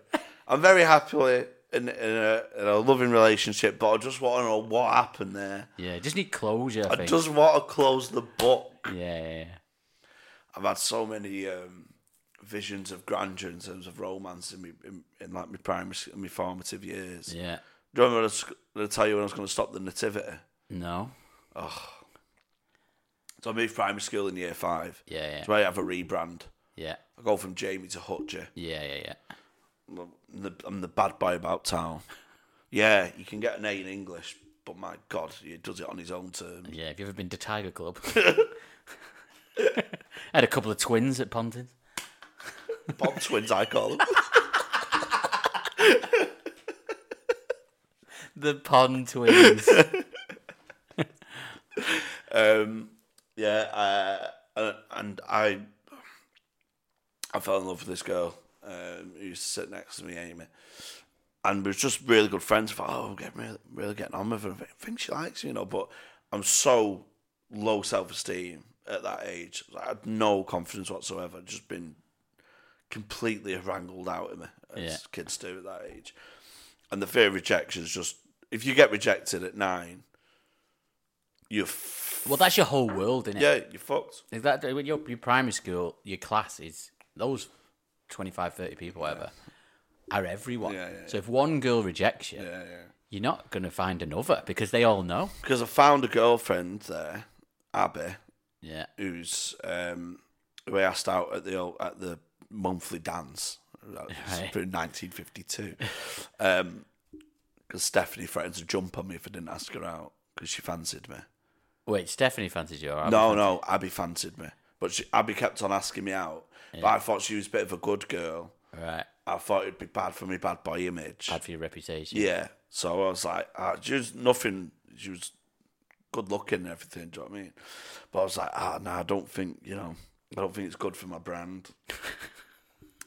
S2: I'm very happily in, in, a, in a loving relationship, but I just want to know what happened there.
S1: Yeah, just need closure. I
S2: I
S1: think.
S2: just want to close the book.
S1: Yeah, yeah, yeah.
S2: I've had so many um, visions of grandeur in terms of romance in, me, in, in like my primary, s- in my formative years.
S1: yeah.
S2: Do you remember when I was going to tell you when I was going to stop the nativity?
S1: No.
S2: So I moved primary school in year five.
S1: Yeah,
S2: So I have a rebrand.
S1: yeah,
S2: I go from Jamie to Hutcher.
S1: yeah, yeah, yeah.
S2: I'm the, I'm the bad boy about town. Yeah, you can get an A in English, but my God, he does it on his own terms.
S1: Yeah, have you ever been to Tiger Club? I had a couple of twins at Pontins.
S2: Bob twins, I call them.
S1: The Pond Twins.
S2: Um, yeah, uh, and I, I fell in love with this girl um, who used to sit next to me, Amy, and we was just really good friends. I thought, oh, I'm getting really, really getting on with her. I think she likes me, you know, but I'm so low self esteem at that age. I had no confidence whatsoever. Just been completely wrangled out of me, as
S1: Yeah.
S2: kids do at that age. And the fear of rejection is just if you get rejected at nine, you're f-
S1: Well, that's your whole world, isn't it?
S2: yeah, you're fucked.
S1: Is that when your your primary school, your class is those 25, 30 people, whatever, are everyone.
S2: Yeah, yeah,
S1: so if one girl rejects you, you're not going to find another because they all know.
S2: Because I found a girlfriend there, Abby,
S1: Yeah.
S2: who's um, who I asked out at the old, at the monthly dance. That was
S1: Right.
S2: for 1952. Um 'cause because Stephanie threatened to jump on me if I didn't ask her out because she fancied me.
S1: Wait, Stephanie fancied you, or Abby
S2: no,
S1: fancied-
S2: no, Abby fancied me, but she, Abby kept on asking me out. But I thought she was a bit of a good girl.
S1: Right.
S2: I thought it'd be bad for me, bad boy image.
S1: Bad for your reputation.
S2: Yeah. So I was like, ah, she was nothing. She was good looking and everything. Do you know what I mean? But I was like, ah, no, I don't think you know. I don't think it's good for my brand.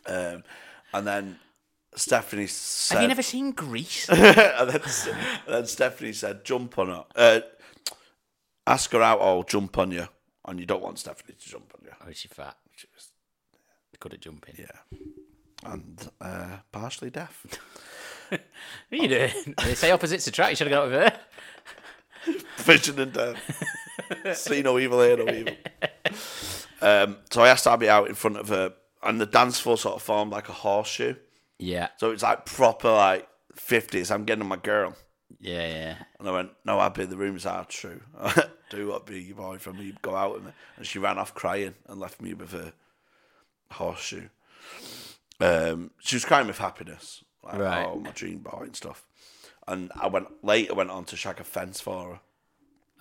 S2: um, and then Stephanie said,
S1: Have you never seen Greece?
S2: and, then, and then Stephanie said, jump on her. Uh, ask her out, or I'll jump on you. And you don't want Stephanie to jump on you.
S1: oh, is she fat? She was good at jumping.
S2: Yeah. And uh, partially deaf.
S1: What are you doing? they say opposites attract. You should have got over there.
S2: Vision and death. See no evil, hear no evil. Um, so I asked Abby out in front of her, and the dance floor sort of formed like a horseshoe.
S1: Yeah.
S2: So it's like proper like fifties. I'm getting my girl,
S1: Yeah, yeah.
S2: and I went, "No, Abby, the rumors are true. Do what be your boyfriend? You go out with me." And she ran off crying and left me with her horseshoe. Um, she was crying with happiness, like,
S1: Right.
S2: "Oh, my dream boy" and stuff. And I went later went on to shag a fence for her.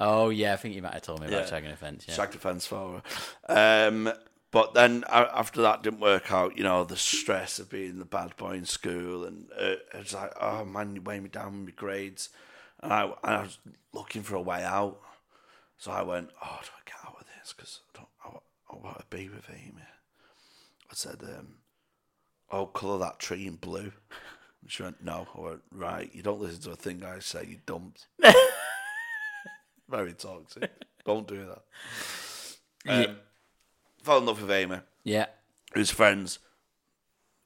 S1: Oh, yeah. I think you might have told me about
S2: Yeah.
S1: shagging a fence. Yeah.
S2: Shag the fence for her. Um, but then a after that didn't work out, you know, the stress of being the bad boy in school, and uh, it was like, oh man, you weigh me down with my grades, and I, and I was looking for a way out. So I went, oh, do I get out of this? Because I don't, I, wa- I want to be with Amy. I said, um, oh, colour that tree in blue. And she went, no. I went, right, you don't listen to a thing I say, you dump. Very toxic. Don't do that. Um, Fell in love with Amy.
S1: yeah.
S2: Who's friends.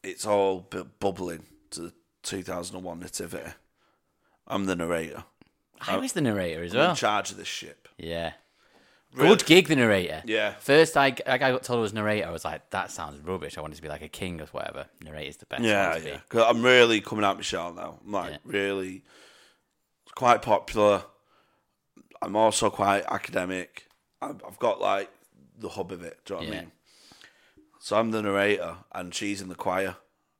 S2: It's all bu- bubbling to the 2001 nativity. I'm the narrator. Oh.
S1: I was the narrator as
S2: I'm in
S1: well.
S2: charge of this ship.
S1: Yeah.
S2: Really?
S1: Good gig, the narrator.
S2: Yeah.
S1: First, I, I got told I was narrator. I was like, that sounds rubbish. I wanted to be like a king or whatever. Narrator's the best.
S2: Yeah,
S1: one to
S2: yeah.
S1: be.
S2: 'Cause I'm really coming out my shell now. I'm like
S1: Yeah.
S2: really quite popular. I'm also quite academic. I've, I've got like the hub of it. Do you know what
S1: Yeah.
S2: I mean? So I'm the narrator, and she's in the choir,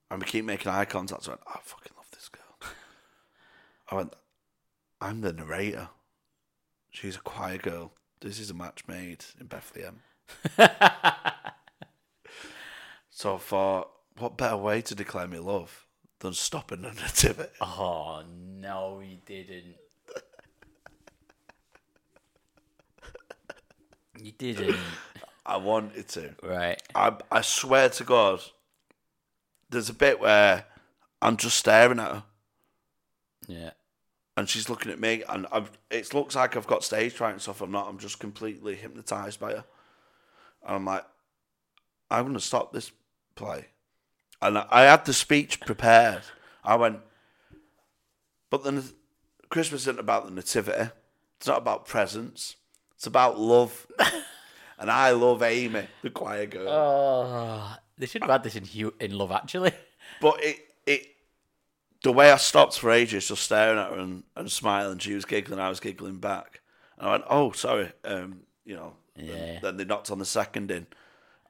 S2: and we keep making eye contact. So I went, I fucking love this girl. I went, I'm the narrator. She's a choir girl. This is a match made in Bethlehem. So I thought, what better way to declare me love than stopping a nativity?
S1: Oh, no, you didn't. you didn't.
S2: I wanted to.
S1: Right.
S2: I I swear to God, there's a bit where I'm just staring at her
S1: Yeah.
S2: and she's looking at me, and I've, it looks like I've got stage fright and stuff. I'm not. I'm just completely hypnotized by her, and I'm like, I'm gonna stop this play, and I, I had the speech prepared. I went, but then Christmas isn't about the nativity. It's not about presents. It's about love, and I love Amy, the choir girl.
S1: Oh, they should have had this in Hu- in Love Actually.
S2: But it it the way I stopped for ages, just staring at her and, and smiling. She was giggling, I was giggling back, and I went, "Oh, sorry," um, you know. and
S1: Yeah.
S2: then they knocked on the second in,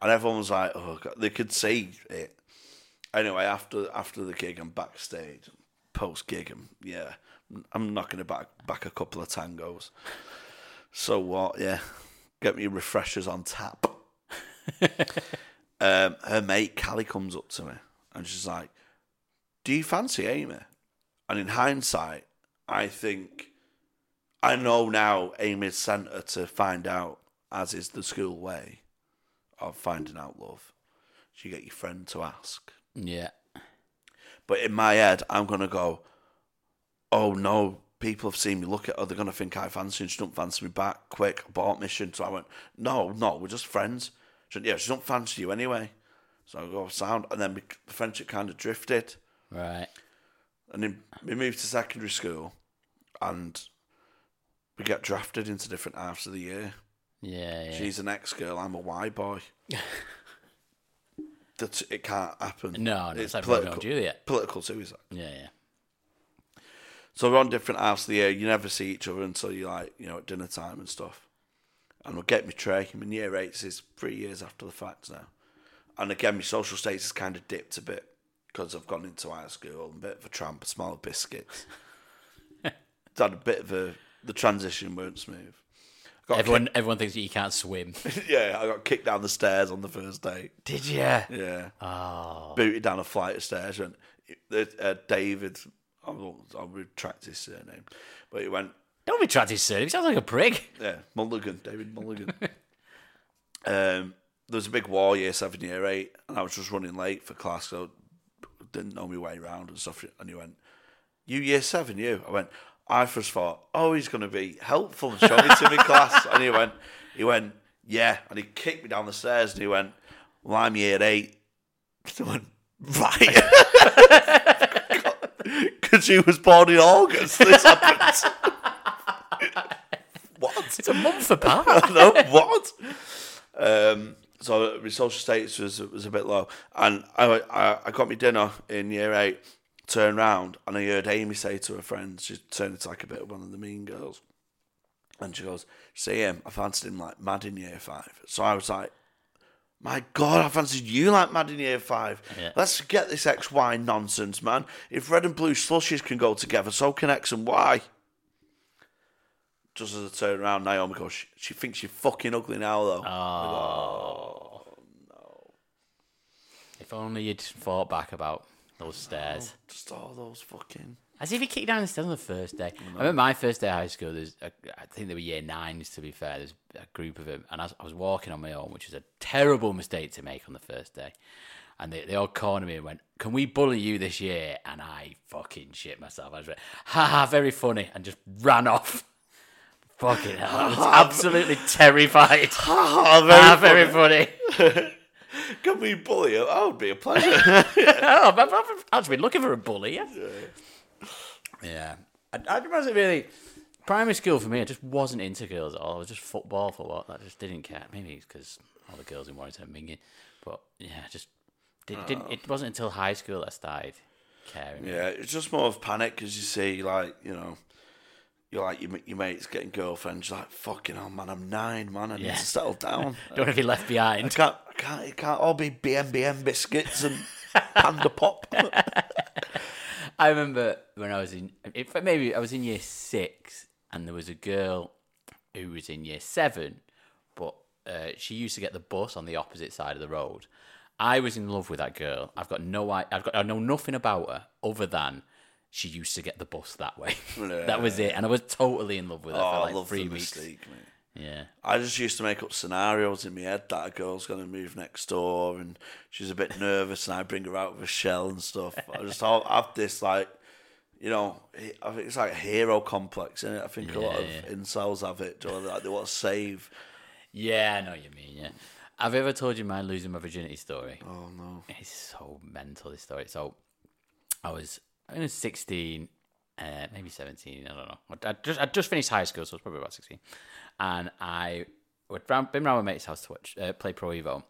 S2: and everyone was like, "Oh, God. they could see it." Anyway, after after the gig, I'm backstage, post gig, I'm yeah, I'm knocking it back back a couple of tangos. So what? Yeah, get me refreshers on tap. um, her mate Callie comes up to me and she's like, "Do you fancy Amy?" And in hindsight, I think I know now Amy's sent her to find out, as is the school way of finding out love. You get your friend to ask.
S1: Yeah.
S2: But in my head, I'm gonna go, oh no, people have seen me look at her, they're gonna think I fancy and she don't fancy me back. Quick, abort mission. So I went, No, no, we're just friends. She went, Yeah, she don't fancy you anyway. So I go sound and then we- the friendship kind of drifted.
S1: Right.
S2: And then we moved to secondary school and we get drafted into different halves of the year.
S1: Yeah, yeah.
S2: She's an ex girl, I'm a Y boy. That's, it can't happen.
S1: No, no, it's like Romeo and Juliet.
S2: Political suicide.
S1: yeah, yeah.
S2: So we're on different halves of the year. You never see each other until you like, you know, at dinner time and stuff. And we'll get me tray. I'm in year eight, so it's three years after the fact now. And again, my social status kind of dipped a bit because I've gone into high school. I'm a bit of a tramp, a smell of biscuits. It's had a bit of a, the transition weren't smooth. I got
S1: Everyone, everyone thinks that you can't swim.
S2: kicked- yeah, I got kicked down the stairs on the first day.
S1: Did you?
S2: Yeah. Booted down a flight of stairs. And uh, David, I won't, I'll retract his surname, but he went,
S1: Don't be trying to serve. He sounds like a prick.
S2: Yeah, Mulligan, David Mulligan. um, there was a big war year seven, year eight, and I was just running late for class, so didn't know my way around and stuff. And he went, "You year seven, you?" I went, "I first thought, oh, he's going to be helpful and show me to my class." And he went, "He went, yeah," and he kicked me down the stairs, and he went, "Well, I'm year eight. I went, "Right." Because he was born in August, this happened. what?
S1: It's a month apart.
S2: no, what? Um, so my social status was was a bit low, and I I, I got my dinner in year eight. Turned round and I heard Amy say to her friend, she turned into like a bit of one of the mean girls, and she goes, "See him? I fancied him like mad in year five. So I was like, "My God, I fancied you like mad in year five. Let's forget this X Y nonsense, man. If red and blue slushies can go together, so can X and Y." just as I turn around, Naomi goes, she, she thinks you're fucking ugly now, though.
S1: if only you'd fought back about those stairs.
S2: Just all those fucking.
S1: As if he kicked down the stairs on the first day. I remember my first day of high school. There's, a, I think they were year nines. To be fair, there's a group of them, and I was, I was walking on my own, which was a terrible mistake to make on the first day. And they, they all cornered me and went, "Can we bully you this year?" And I fucking shit myself. I was like, "Ha ha, very funny," and just ran off. Fucking hell! I was absolutely terrified.
S2: Ah, very,
S1: ah, very funny.
S2: Can we bully her? That would be a pleasure.
S1: oh, I've, I've, I've been looking for a bully. Yeah. Yeah. I, I wasn't really. Primary school for me, I just wasn't into girls at all. I was just football for what? I just didn't care. Maybe it's because all the girls in Warrington are minging. But yeah, I just did, didn't. It wasn't until high school that I started caring.
S2: yeah, it's just more of panic because you see, like, you know, you're like, your, ma- your mate's getting girlfriends. You're like, fucking hell, man, I'm nine, man. I need
S1: Yeah.
S2: to settle down.
S1: Don't want to be left
S2: I
S1: behind.
S2: can't, I can't, it can't all be BMBM biscuits and panda pop.
S1: I remember when I was in, in fact, maybe I was in year six, and there was a girl who was in year seven, but uh, she used to get the bus on the opposite side of the road. I was in love with that girl. I've got no, i- I've got, I know nothing about her other than she used to get the bus that way. that was it, and I was totally in love with
S2: oh,
S1: her for
S2: I
S1: like
S2: love
S1: three
S2: the
S1: weeks.
S2: mistake, mate.
S1: Yeah,
S2: I just used to make up scenarios in my head that a girl's going to move next door and she's a bit nervous and I bring her out of her shell and stuff. I just all have this like, you know, he- I think it's like a hero complex in it. I think a lot of incels have it, or like they want to save.
S1: yeah, I know what you mean. Yeah, have I ever told you my losing my virginity story?
S2: Oh no!
S1: It's so mental this story. So I was I was sixteen, uh, maybe seventeen. I don't know. I just I just finished high school, so I was probably about sixteen. And I would round, been round my mate's house to watch uh, play Pro Evo,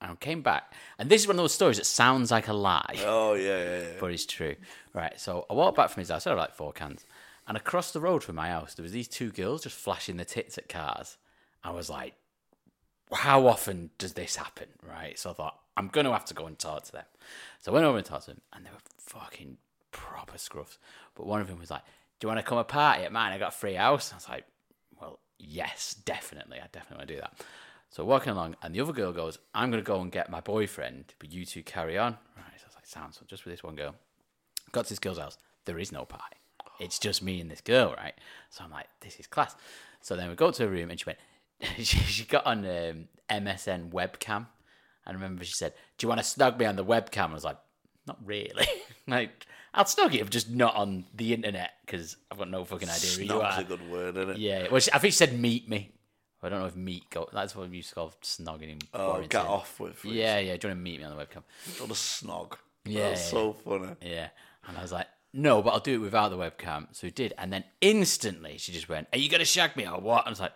S1: and came back. And this is one of those stories that sounds like a lie
S2: Oh yeah, yeah, yeah.
S1: but it's true. Right, so I walked back from his house. I had like four cans, and across the road from my house, there was these two girls just flashing their tits at cars. I was like, "How often does this happen?" Right, so I thought I'm going to have to go and talk to them. So I went over and talked to them, and they were fucking proper scruffs. But one of them was like, "Do you want to come a party at mine? I got a free house." I was like, "Well, yes, definitely. I definitely want to do that." So walking along, and the other girl goes, "I'm going to go and get my boyfriend, but you two carry on." Right, so I was like, "Sounds so just with this one girl." got to this girl's house. There is no party. It's just me and this girl, right? So I'm like, this is class. So then we go to her room and she went, she, she got on um, MSN webcam. I remember she said, Do you want to snug me on the webcam? I was like, Not really. like, I'll snug you, but just not on the internet because I've got no fucking idea who you
S2: Snob's
S1: are.
S2: a good word, isn't it?
S1: Yeah, well, she, I think she said meet me. I don't know if meet go. That's what we used to call snogging in.
S2: Oh,
S1: quarantine.
S2: get off with. it.
S1: Yeah, yeah. Do you want to meet me on the webcam?
S2: What a snog.
S1: Yeah,
S2: That's
S1: yeah,
S2: so funny.
S1: Yeah. And I was like, no, but I'll do it without the webcam. So he did. And then instantly she just went, Are you going to shag me or what? I was like,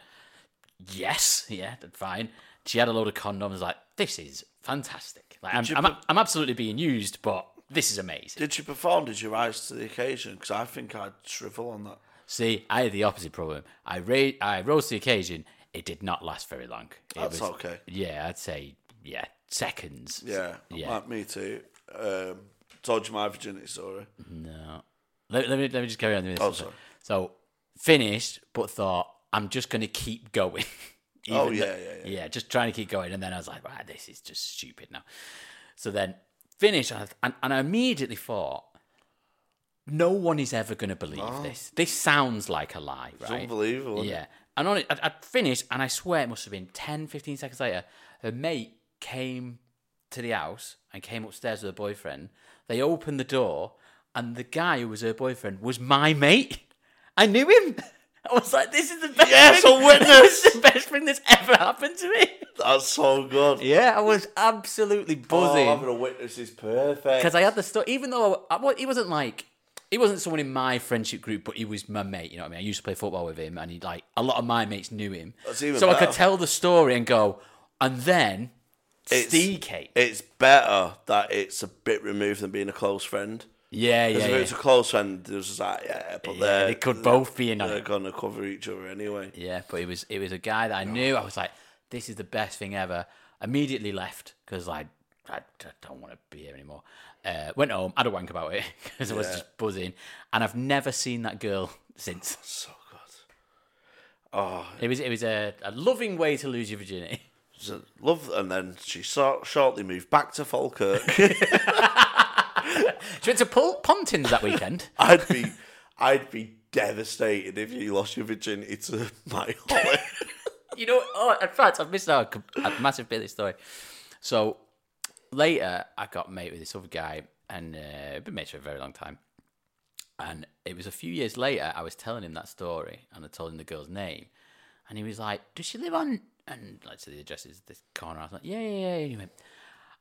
S1: Yes, yeah, fine. She had a load of condoms. I was like, This is fantastic. Like, I'm,
S2: you
S1: I'm,
S2: put-
S1: I'm absolutely being used, but this is amazing.
S2: Did you perform? Did you rise to the occasion? Because I think I'd shrivel on that.
S1: See, I had the opposite problem. I, ra- I rose to the occasion. It did not last very long. It
S2: That's okay.
S1: Yeah, I'd say, yeah, seconds.
S2: Yeah,
S1: Yeah.
S2: like me too. Um, told you my virginity story.
S1: No. Let, let me let me just carry on. with this.
S2: Oh, sorry.
S1: So finished, but thought I'm just going to keep going.
S2: Oh,
S1: Even
S2: yeah,
S1: though-
S2: yeah,
S1: yeah. Just trying to keep going, and then I was like, right, this is just stupid now. So then finished, and I, and, and I immediately thought, no one is ever going to believe this. This sounds like a lie,
S2: Oh. It's
S1: right?
S2: unbelievable. isn't
S1: Yeah. And on it, I'd, I'd finished, and I swear it must have been 10, 15 seconds later. Her mate came to the house and came upstairs with her boyfriend. They opened the door, and the guy who was her boyfriend was my mate. I knew him. I was like, this is the best
S2: Yes,
S1: thing.
S2: a witness.
S1: this is the best thing that's ever happened to me.
S2: it? That's so good.
S1: Yeah, I was absolutely buzzing.
S2: Oh, having a witness is perfect.
S1: Because I had the story, even though I, I, wa- he wasn't like, he wasn't someone in my friendship group, but he was my mate. You know what I mean? I used to play football with him, and he like a lot of my mates knew him,
S2: That's
S1: so
S2: even
S1: I could
S2: better.
S1: tell the story and go, and then
S2: It's-
S1: Steve cake.
S2: It's better that it's a bit removed than being a close friend.
S1: yeah, yeah,
S2: Because if it
S1: yeah.
S2: was a close friend, it was just like, yeah, but
S1: Yeah,
S2: they're-
S1: they could both be in on
S2: They're
S1: it.
S2: going to cover each other anyway.
S1: yeah. But it was it was a guy that I knew. I was like, this is the best thing ever. Immediately left because I, I, d- don't want to be here anymore. Uh, went home, had a wank about it because I was just buzzing, and I've never seen that girl since.
S2: Oh, So good. Oh,
S1: It was it was a, a loving way to lose your virginity.
S2: it's a love. And then she sor- shortly moved back to Falkirk.
S1: She went to Pol- Pontins that weekend.
S2: I'd be, I'd be devastated if you lost your virginity to my Holly.
S1: you know, oh, in fact, I've missed out a com- a, massive bit of this story. So later, I got mate with this other guy, and uh, been mates for a very long time. And it was a few years later, I was telling him that story, and I told him the girl's name, and he was like, "Does she live on?" And like, so the address is this corner. I was like, "Yeah, yeah, yeah." And he went,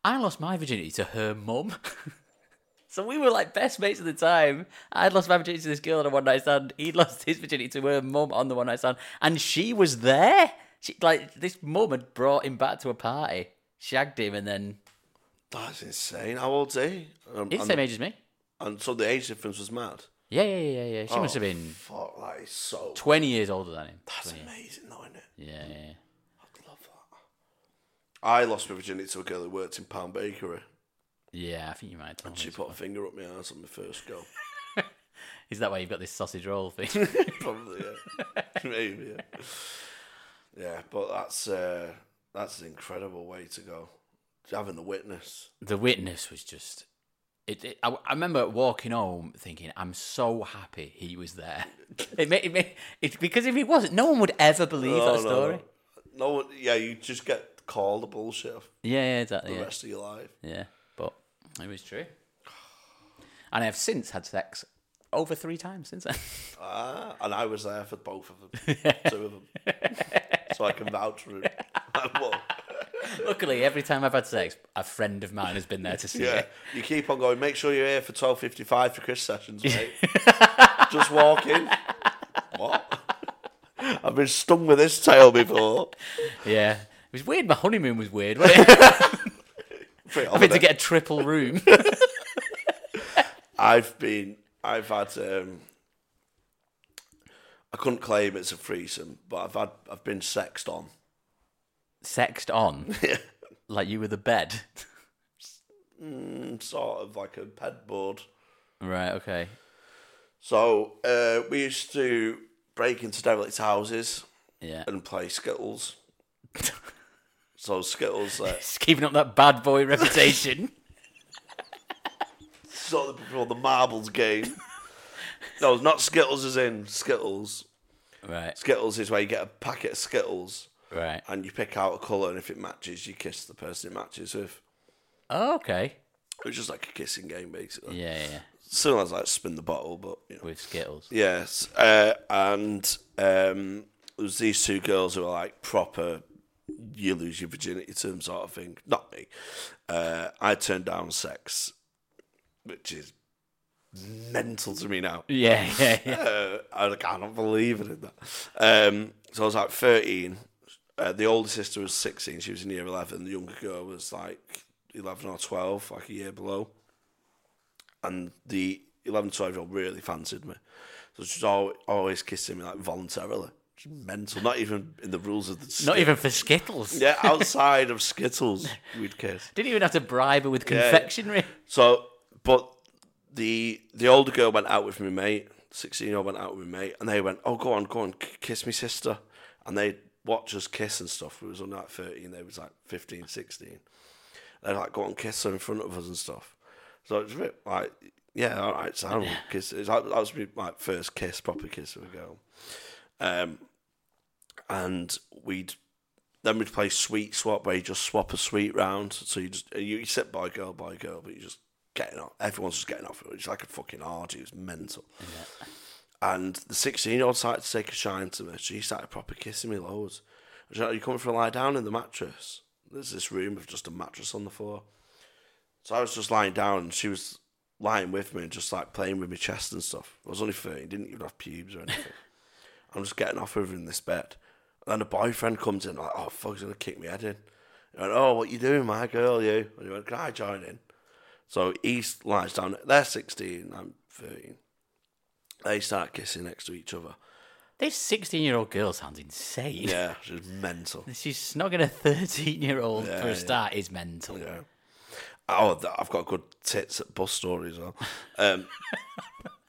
S1: "I lost my virginity to her mum." So we were like best mates at the time. I'd lost my virginity to this girl on a one night stand. He'd lost his virginity to her mum on the one night stand, and she was there. She like this mum had brought him back to a party, shagged him, and then
S2: That's insane. How old's he? Um,
S1: he's the
S2: and,
S1: same age as me.
S2: and so the age difference was mad. Oh,
S1: Yeah, yeah, yeah, yeah. yeah. She must have been
S2: Fuck, that is so.
S1: twenty years older than him.
S2: That's amazing, though, isn't it?
S1: Yeah, yeah. yeah.
S2: Love that. I lost my virginity to a girl who worked in Pound Bakery.
S1: Oh Yeah, I think you might. Have told
S2: And
S1: me
S2: she
S1: this
S2: put a
S1: one.
S2: finger up my ass on the first go.
S1: Is that why you've got this sausage roll thing?
S2: Probably, yeah. Maybe, yeah. Yeah, but that's uh, that's an incredible way to go. Having the witness.
S1: the witness was just. It, it, I, I remember walking home thinking, "I'm so happy he was there." it made, it made, it's because if he wasn't, no one would ever believe
S2: Oh, No,
S1: that
S2: no,
S1: story.
S2: No, one- yeah, you just get called the bullshit off
S1: Yeah, yeah, exactly.
S2: the
S1: Yeah.
S2: rest of your life.
S1: yeah, but it was true. And I have since had sex over three times since then.
S2: Ah, and I was there for both of them, two of them, so I can vouch for it. Well,
S1: Luckily, every time I've had sex, a friend of mine has been there to see
S2: yeah,
S1: it.
S2: you keep on going. Make sure you're here for twelve fifty-five for Chris sessions, mate. Just walk in. What? I've been stung with this tail before.
S1: Yeah. It was weird. My honeymoon was weird. Wasn't it? Having to get a triple room.
S2: I've been, I've had, um, I couldn't claim it's a threesome, but I've had, I've been sexed on.
S1: Sexed on. Like you were the bed.
S2: Mm, sort of like a ped board.
S1: Right, okay.
S2: So uh, we used to break into derelict houses
S1: Yeah.
S2: and play skittles. so skittles, uh,
S1: Just keeping up that bad boy reputation.
S2: sort of before the marbles game. No, it's not skittles as in skittles.
S1: right,
S2: Skittles is where you get a packet of skittles
S1: right.
S2: and you pick out a colour, and if it matches, you kiss the person it matches with.
S1: Oh, okay.
S2: It was just like a kissing game, basically.
S1: Yeah, yeah, yeah.
S2: Similar as like spin the bottle, but you know.
S1: With Skittles.
S2: Yes, uh, and um, it was these two girls who were like proper. You lose your virginity to them, sort of thing. Not me. Uh, I turned down sex, which is mental to me now.
S1: Yeah, yeah, yeah.
S2: Uh, I was like, I don't believe it in that. Um, so I was like 13. Uh, the older sister was 16. She was in year 11. The younger girl was like 11 or 12, like a year below. And the 11, 12 year old really fancied me. So she was al- always kissing me like voluntarily. Just mental. Not even in the rules of the.
S1: Not even for Skittles.
S2: Yeah, outside of Skittles, we'd kiss.
S1: Didn't even have to bribe her with confectionery.
S2: So, but the the older girl went out with my mate, sixteen year old went out with my mate, and they went, "Oh, go on, go on, k- kiss me sister," and they watch us kiss and stuff. We was on like thirteen, they was like 15, 16. They're like, "Go on, kiss her in front of us and stuff." So it's a bit like, yeah, all right, so I don't kiss. It's like, that was my like, first kiss, proper kiss with a girl. Um, and we'd then we'd play sweet swap where you just swap a sweet round. So you just you, you sit by girl by girl, but you just getting off. Everyone's just getting off. It's like a fucking orgy. It's mental. And the sixteen year old started to take a shine to me. She started proper kissing me loads. I said, "Are you coming for a lie down in the mattress?" There's this room with just a mattress on the floor. So I was just lying down, and she was lying with me and just like playing with my chest and stuff. I was only 13, didn't even have pubes or anything. I'm just getting off with her in this bed. And then a boyfriend comes in, like, oh, fuck, he's going to kick me head in. He went, oh, what you doing, my girl, you? And he went, can I join in? So he lies down, they're 16, I'm 13. They start kissing next to each other.
S1: This 16 year old girl sounds insane.
S2: Yeah, just mental.
S1: She's snogging a 13 year old for
S2: yeah.
S1: a start is mental.
S2: Yeah. Oh, th- I've got good tits at bus story as well. Um,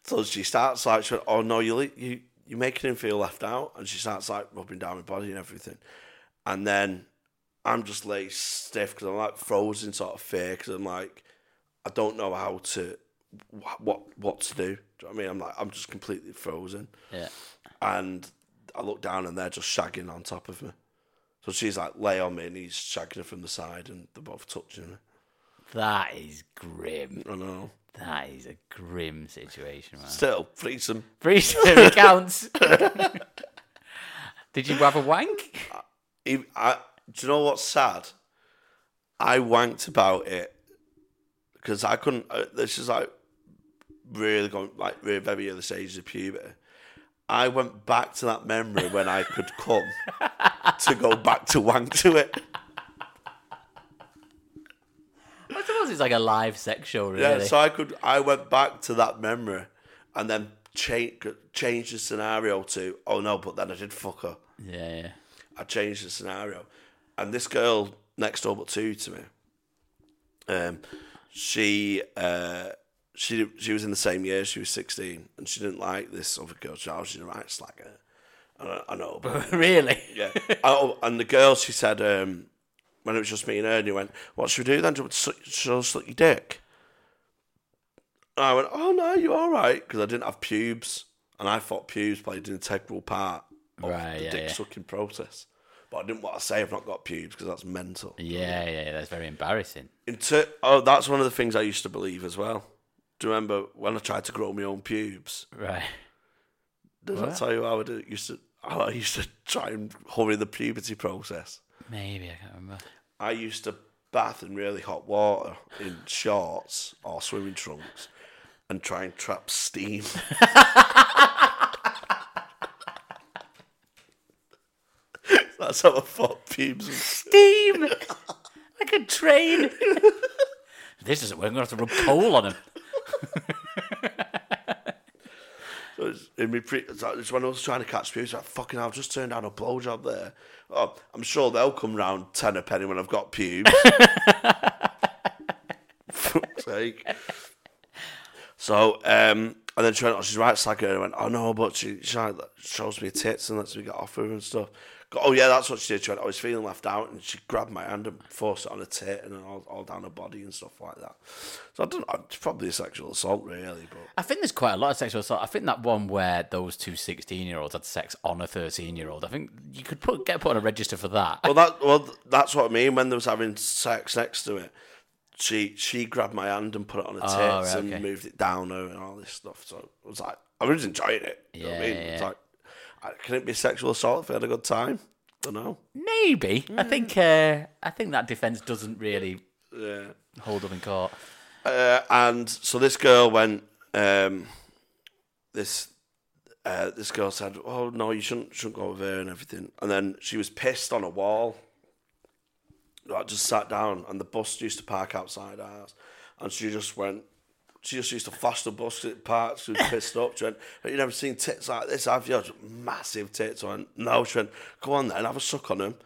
S2: so she starts like, she went, "Oh no, you le- you you're making him feel left out," and she starts like rubbing down my body and everything. And then I'm just like stiff because I'm like frozen sort of fear because I'm like I don't know how to wh- what what to do. Do you know what I mean? I'm like I'm just completely frozen
S1: Yeah.
S2: and I look down and they're just shagging on top of me. So she's like, lay on me, and he's shagging her from the side, and they're both touching me.
S1: That is grim.
S2: I know.
S1: That is a grim situation, man.
S2: Still, threesome.
S1: Free it counts. Did you have a wank?
S2: He- I, do you know what's sad? I wanked about it because I couldn't. uh, This is like really going like really very early stages of puberty. I went back to that memory when I could come to go back to wank to it.
S1: I suppose it's like a live sex show, really.
S2: Yeah, so I could. I went back to that memory, and then change changed the scenario to. Oh no, but then I did fuck her.
S1: yeah, yeah.
S2: I changed the scenario, and this girl next door but two to me. Um, she uh, she she was in the same year. She was sixteen, and she didn't like this other girl. She was a right slacker. And I, I know, but
S1: really?
S2: yeah. oh, and the girl, she said, um, when it was just me and her, and he went, "What should we do then? Do you want to suck- Shall I suck your dick?" And I went, "Oh no, you're all right," because I didn't have pubes, and I thought pubes played an integral part of
S1: Right,
S2: the
S1: yeah,
S2: dick
S1: yeah.
S2: sucking process. But I didn't want to say I've not got pubes because that's mental.
S1: Yeah, yeah, that's very embarrassing.
S2: In ter- oh, that's one of the things I used to believe as well. Do you remember when I tried to grow my own pubes?
S1: Right.
S2: Did I
S1: What?
S2: tell you how I did, used to? How I used to try and hurry the puberty process.
S1: Maybe, I can't remember.
S2: I used to bath in really hot water in shorts or swimming trunks and try and trap steam. That's how I thought pubes. was-
S1: Steam! like a train! this doesn't work, I'm going to have to rub coal on him.
S2: So it's, in me pre- so it's when I was trying to catch pubes, like, fucking hell, I've just turned down a blowjob there. Oh, I'm sure they'll come round ten a penny when I've got pubes. fuck's sake. So, um, and then she went, oh, she's right slacker. And I went, oh no, but she, she like, shows me her tits and lets me get off her and stuff. Go, oh yeah, that's what she did. She went, I was feeling left out, and she grabbed my hand and forced it on her tit and all, all down her body and stuff like that. So I don't. know, It's probably a sexual assault, really, but
S1: I think there's quite a lot of sexual assault. I think that one where those two 16 year olds had sex on a 13 year old, I think you could put get put on a register for that.
S2: well, that well, th- that's what I mean. When they was having sex next to it, she she grabbed my hand and put it on her tits
S1: Oh, right,
S2: and
S1: okay.
S2: moved it down her and all this stuff. So I was like, I was enjoying it. You know what I
S1: Yeah,
S2: mean? It's
S1: yeah.
S2: like, I- can it be sexual assault if I had a good time? Don't know.
S1: Maybe. I think uh, I think that defence doesn't really hold up in court.
S2: Uh, and so this girl went um, this uh, this girl said, "Oh no, you shouldn't shouldn't go with her and everything." And then she was pissed on a wall. I just sat down, and the bus used to park outside ours, and she just went. She just used to flash the bus 'cause it parked. She was pissed up. She went, "You never seen tits like this, have you?" Just Massive tits. I went, "No." She went, "Go on then, have a suck on them."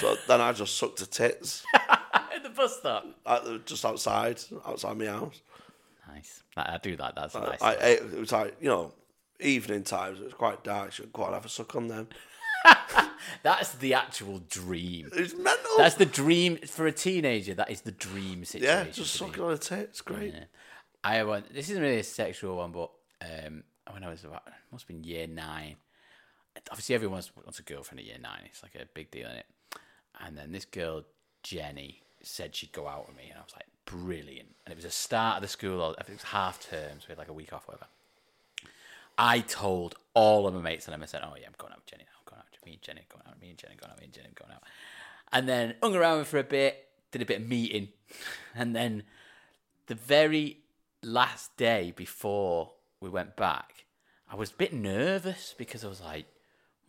S2: So then I just sucked her tits
S1: At the bus stop.
S2: at the, just outside, outside my house.
S1: Nice. I, I do like that. That's nice.
S2: Uh, I, I, it was like you know, evening times. It was quite dark. She went, "Go on, have a suck on them."
S1: That's the actual dream.
S2: It's mental.
S1: That's the dream for a teenager. That is the dream situation.
S2: yeah, just
S1: to be
S2: sucking on a tit. It's great.
S1: Yeah. I went. This isn't really a sexual one, but um, when I was about, it must have been year nine. Obviously, everyone's wants a girlfriend at year nine. It's like a big deal in it. And then this girl Jenny said she'd go out with me, and I was like, brilliant. And it was the start of the school. I think it was half term, so we had like a week off, or whatever. I told all of my mates and I said, "Oh yeah, I'm going out with Jenny now. I'm going out with me and Jenny. Going out with me and Jenny. Going out with me and Jenny. Going out." And then hung around with her for a bit, did a bit of meeting, and then the very last day before we went back, I was a bit nervous because I was like,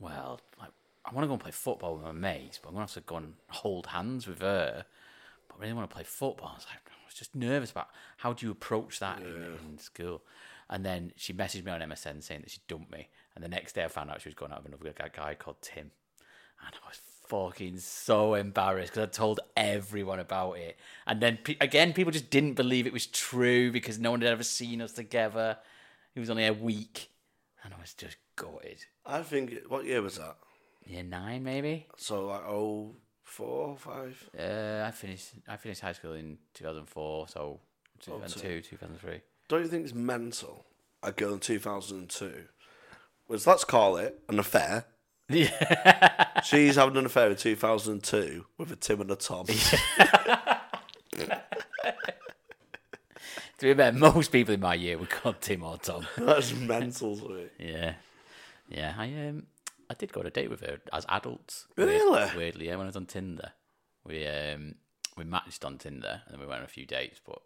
S1: well, like I want to go and play football with my mates, but I'm gonna have to go and hold hands with her. But I really want to play football. I was like, I was just nervous about how do you approach that in, in school. And then she messaged me on MSN saying that she dumped me. And the next day, I found out she was going out with another guy, guy called Tim and I was fucking so embarrassed because I told everyone about it, and then pe- again, people just didn't believe it was true because no one had ever seen us together. It was only a week, and I was just gutted.
S2: I think. it- What year was that?
S1: Year nine, maybe.
S2: So like oh four, five.
S1: Uh, I finished. I finished high school in two thousand four, so two thousand two, two thousand three.
S2: Don't you think it's mental? A girl in two thousand and two was let's call it an affair.
S1: Yeah.
S2: She's having an affair in two thousand and two with a Tim and a Tom.
S1: to be fair, most people in my year were called Tim or Tom.
S2: That's mental. to me.
S1: Yeah, yeah. I um, I did go on a date with her as adults.
S2: Really?
S1: Weirdly, yeah. When I was on Tinder, we um, we matched on Tinder and then we went on a few dates, but.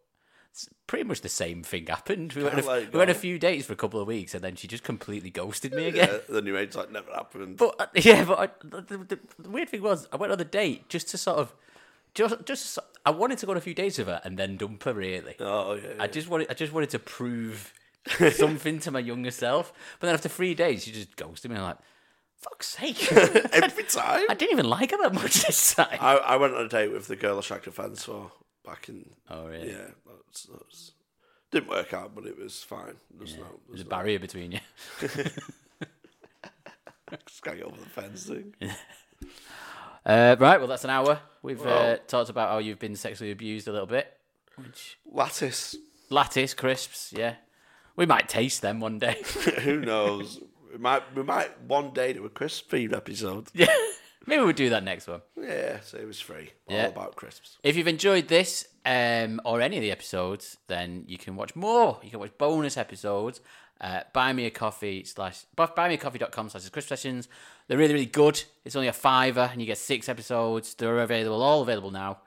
S1: it's Pretty much the same thing happened. We went, on a,
S2: Can't let it
S1: we went on a
S2: go.
S1: few dates for a couple of weeks, and then she just completely ghosted me again.
S2: Yeah. Then you mates like never happened.
S1: But uh, yeah, but I, the, the, the weird thing was, I went on the date just to sort of, just just I wanted to go on a few dates with her and then dump her. Really,
S2: oh yeah.
S1: I just wanted I just wanted to prove something to my younger self. But then after three days, she just ghosted me. And I'm like, fuck's sake.
S2: Every time.
S1: I didn't even like her that much this time.
S2: I, I went on a date with the girl I shagged a fence for back in.
S1: oh, really?
S2: Yeah, that's, that's didn't work out, but it was fine. There's no,
S1: There's
S2: there's
S1: a barrier between you.
S2: just gotta get over the fence thing.
S1: Uh, right, well, that's an hour. We've uh, talked about how you've been sexually abused a little bit. Which
S2: Lattice.
S1: Lattice, crisps, yeah. We might taste them one day.
S2: Who knows? we might we might one day do a crisp themed episode.
S1: yeah. Maybe we'll do that next one.
S2: Yeah, so it was free.
S1: Yeah.
S2: All about crisps.
S1: If you've enjoyed this um, or any of the episodes, then you can watch more. You can watch bonus episodes. Uh, buy me a coffee slash buymeacoffee.com slash Chris sessions. They're really, really good. It's only a fiver and you get six episodes. They're available, all available now.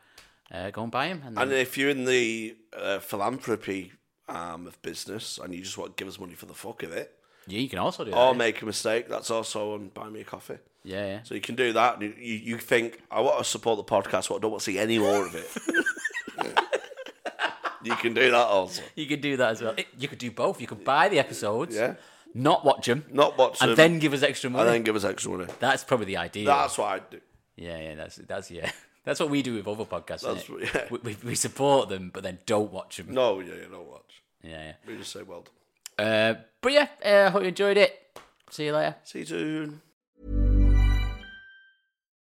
S1: Uh, go and buy them. And then,
S2: And if you're in the uh, philanthropy arm of business and you just want to give us money for the fuck of it,
S1: yeah, you can also do that.
S2: or make a mistake, that's also on Buy Me a Coffee.
S1: yeah, yeah.
S2: So you can do that. And you, you, you think, I want to support the podcast, but I don't want to see any more of it. you can do that also.
S1: You could do that as well. It- you could do both. You could buy the episodes,
S2: Yeah.
S1: not watch them,
S2: Not watch
S1: and
S2: them,
S1: then give us extra money.
S2: and then give us extra money.
S1: that's probably the idea.
S2: That's what I'd do.
S1: Yeah, yeah, that's that's yeah, that's what we do with other podcasts.
S2: That's
S1: innit?
S2: what- yeah.
S1: we, we, we support them, but then don't watch them.
S2: No, yeah, yeah, don't watch.
S1: Yeah,
S2: We just say, well done.
S1: yeah. Uh, but yeah, I uh, hope you enjoyed it. See you later.
S2: See you soon.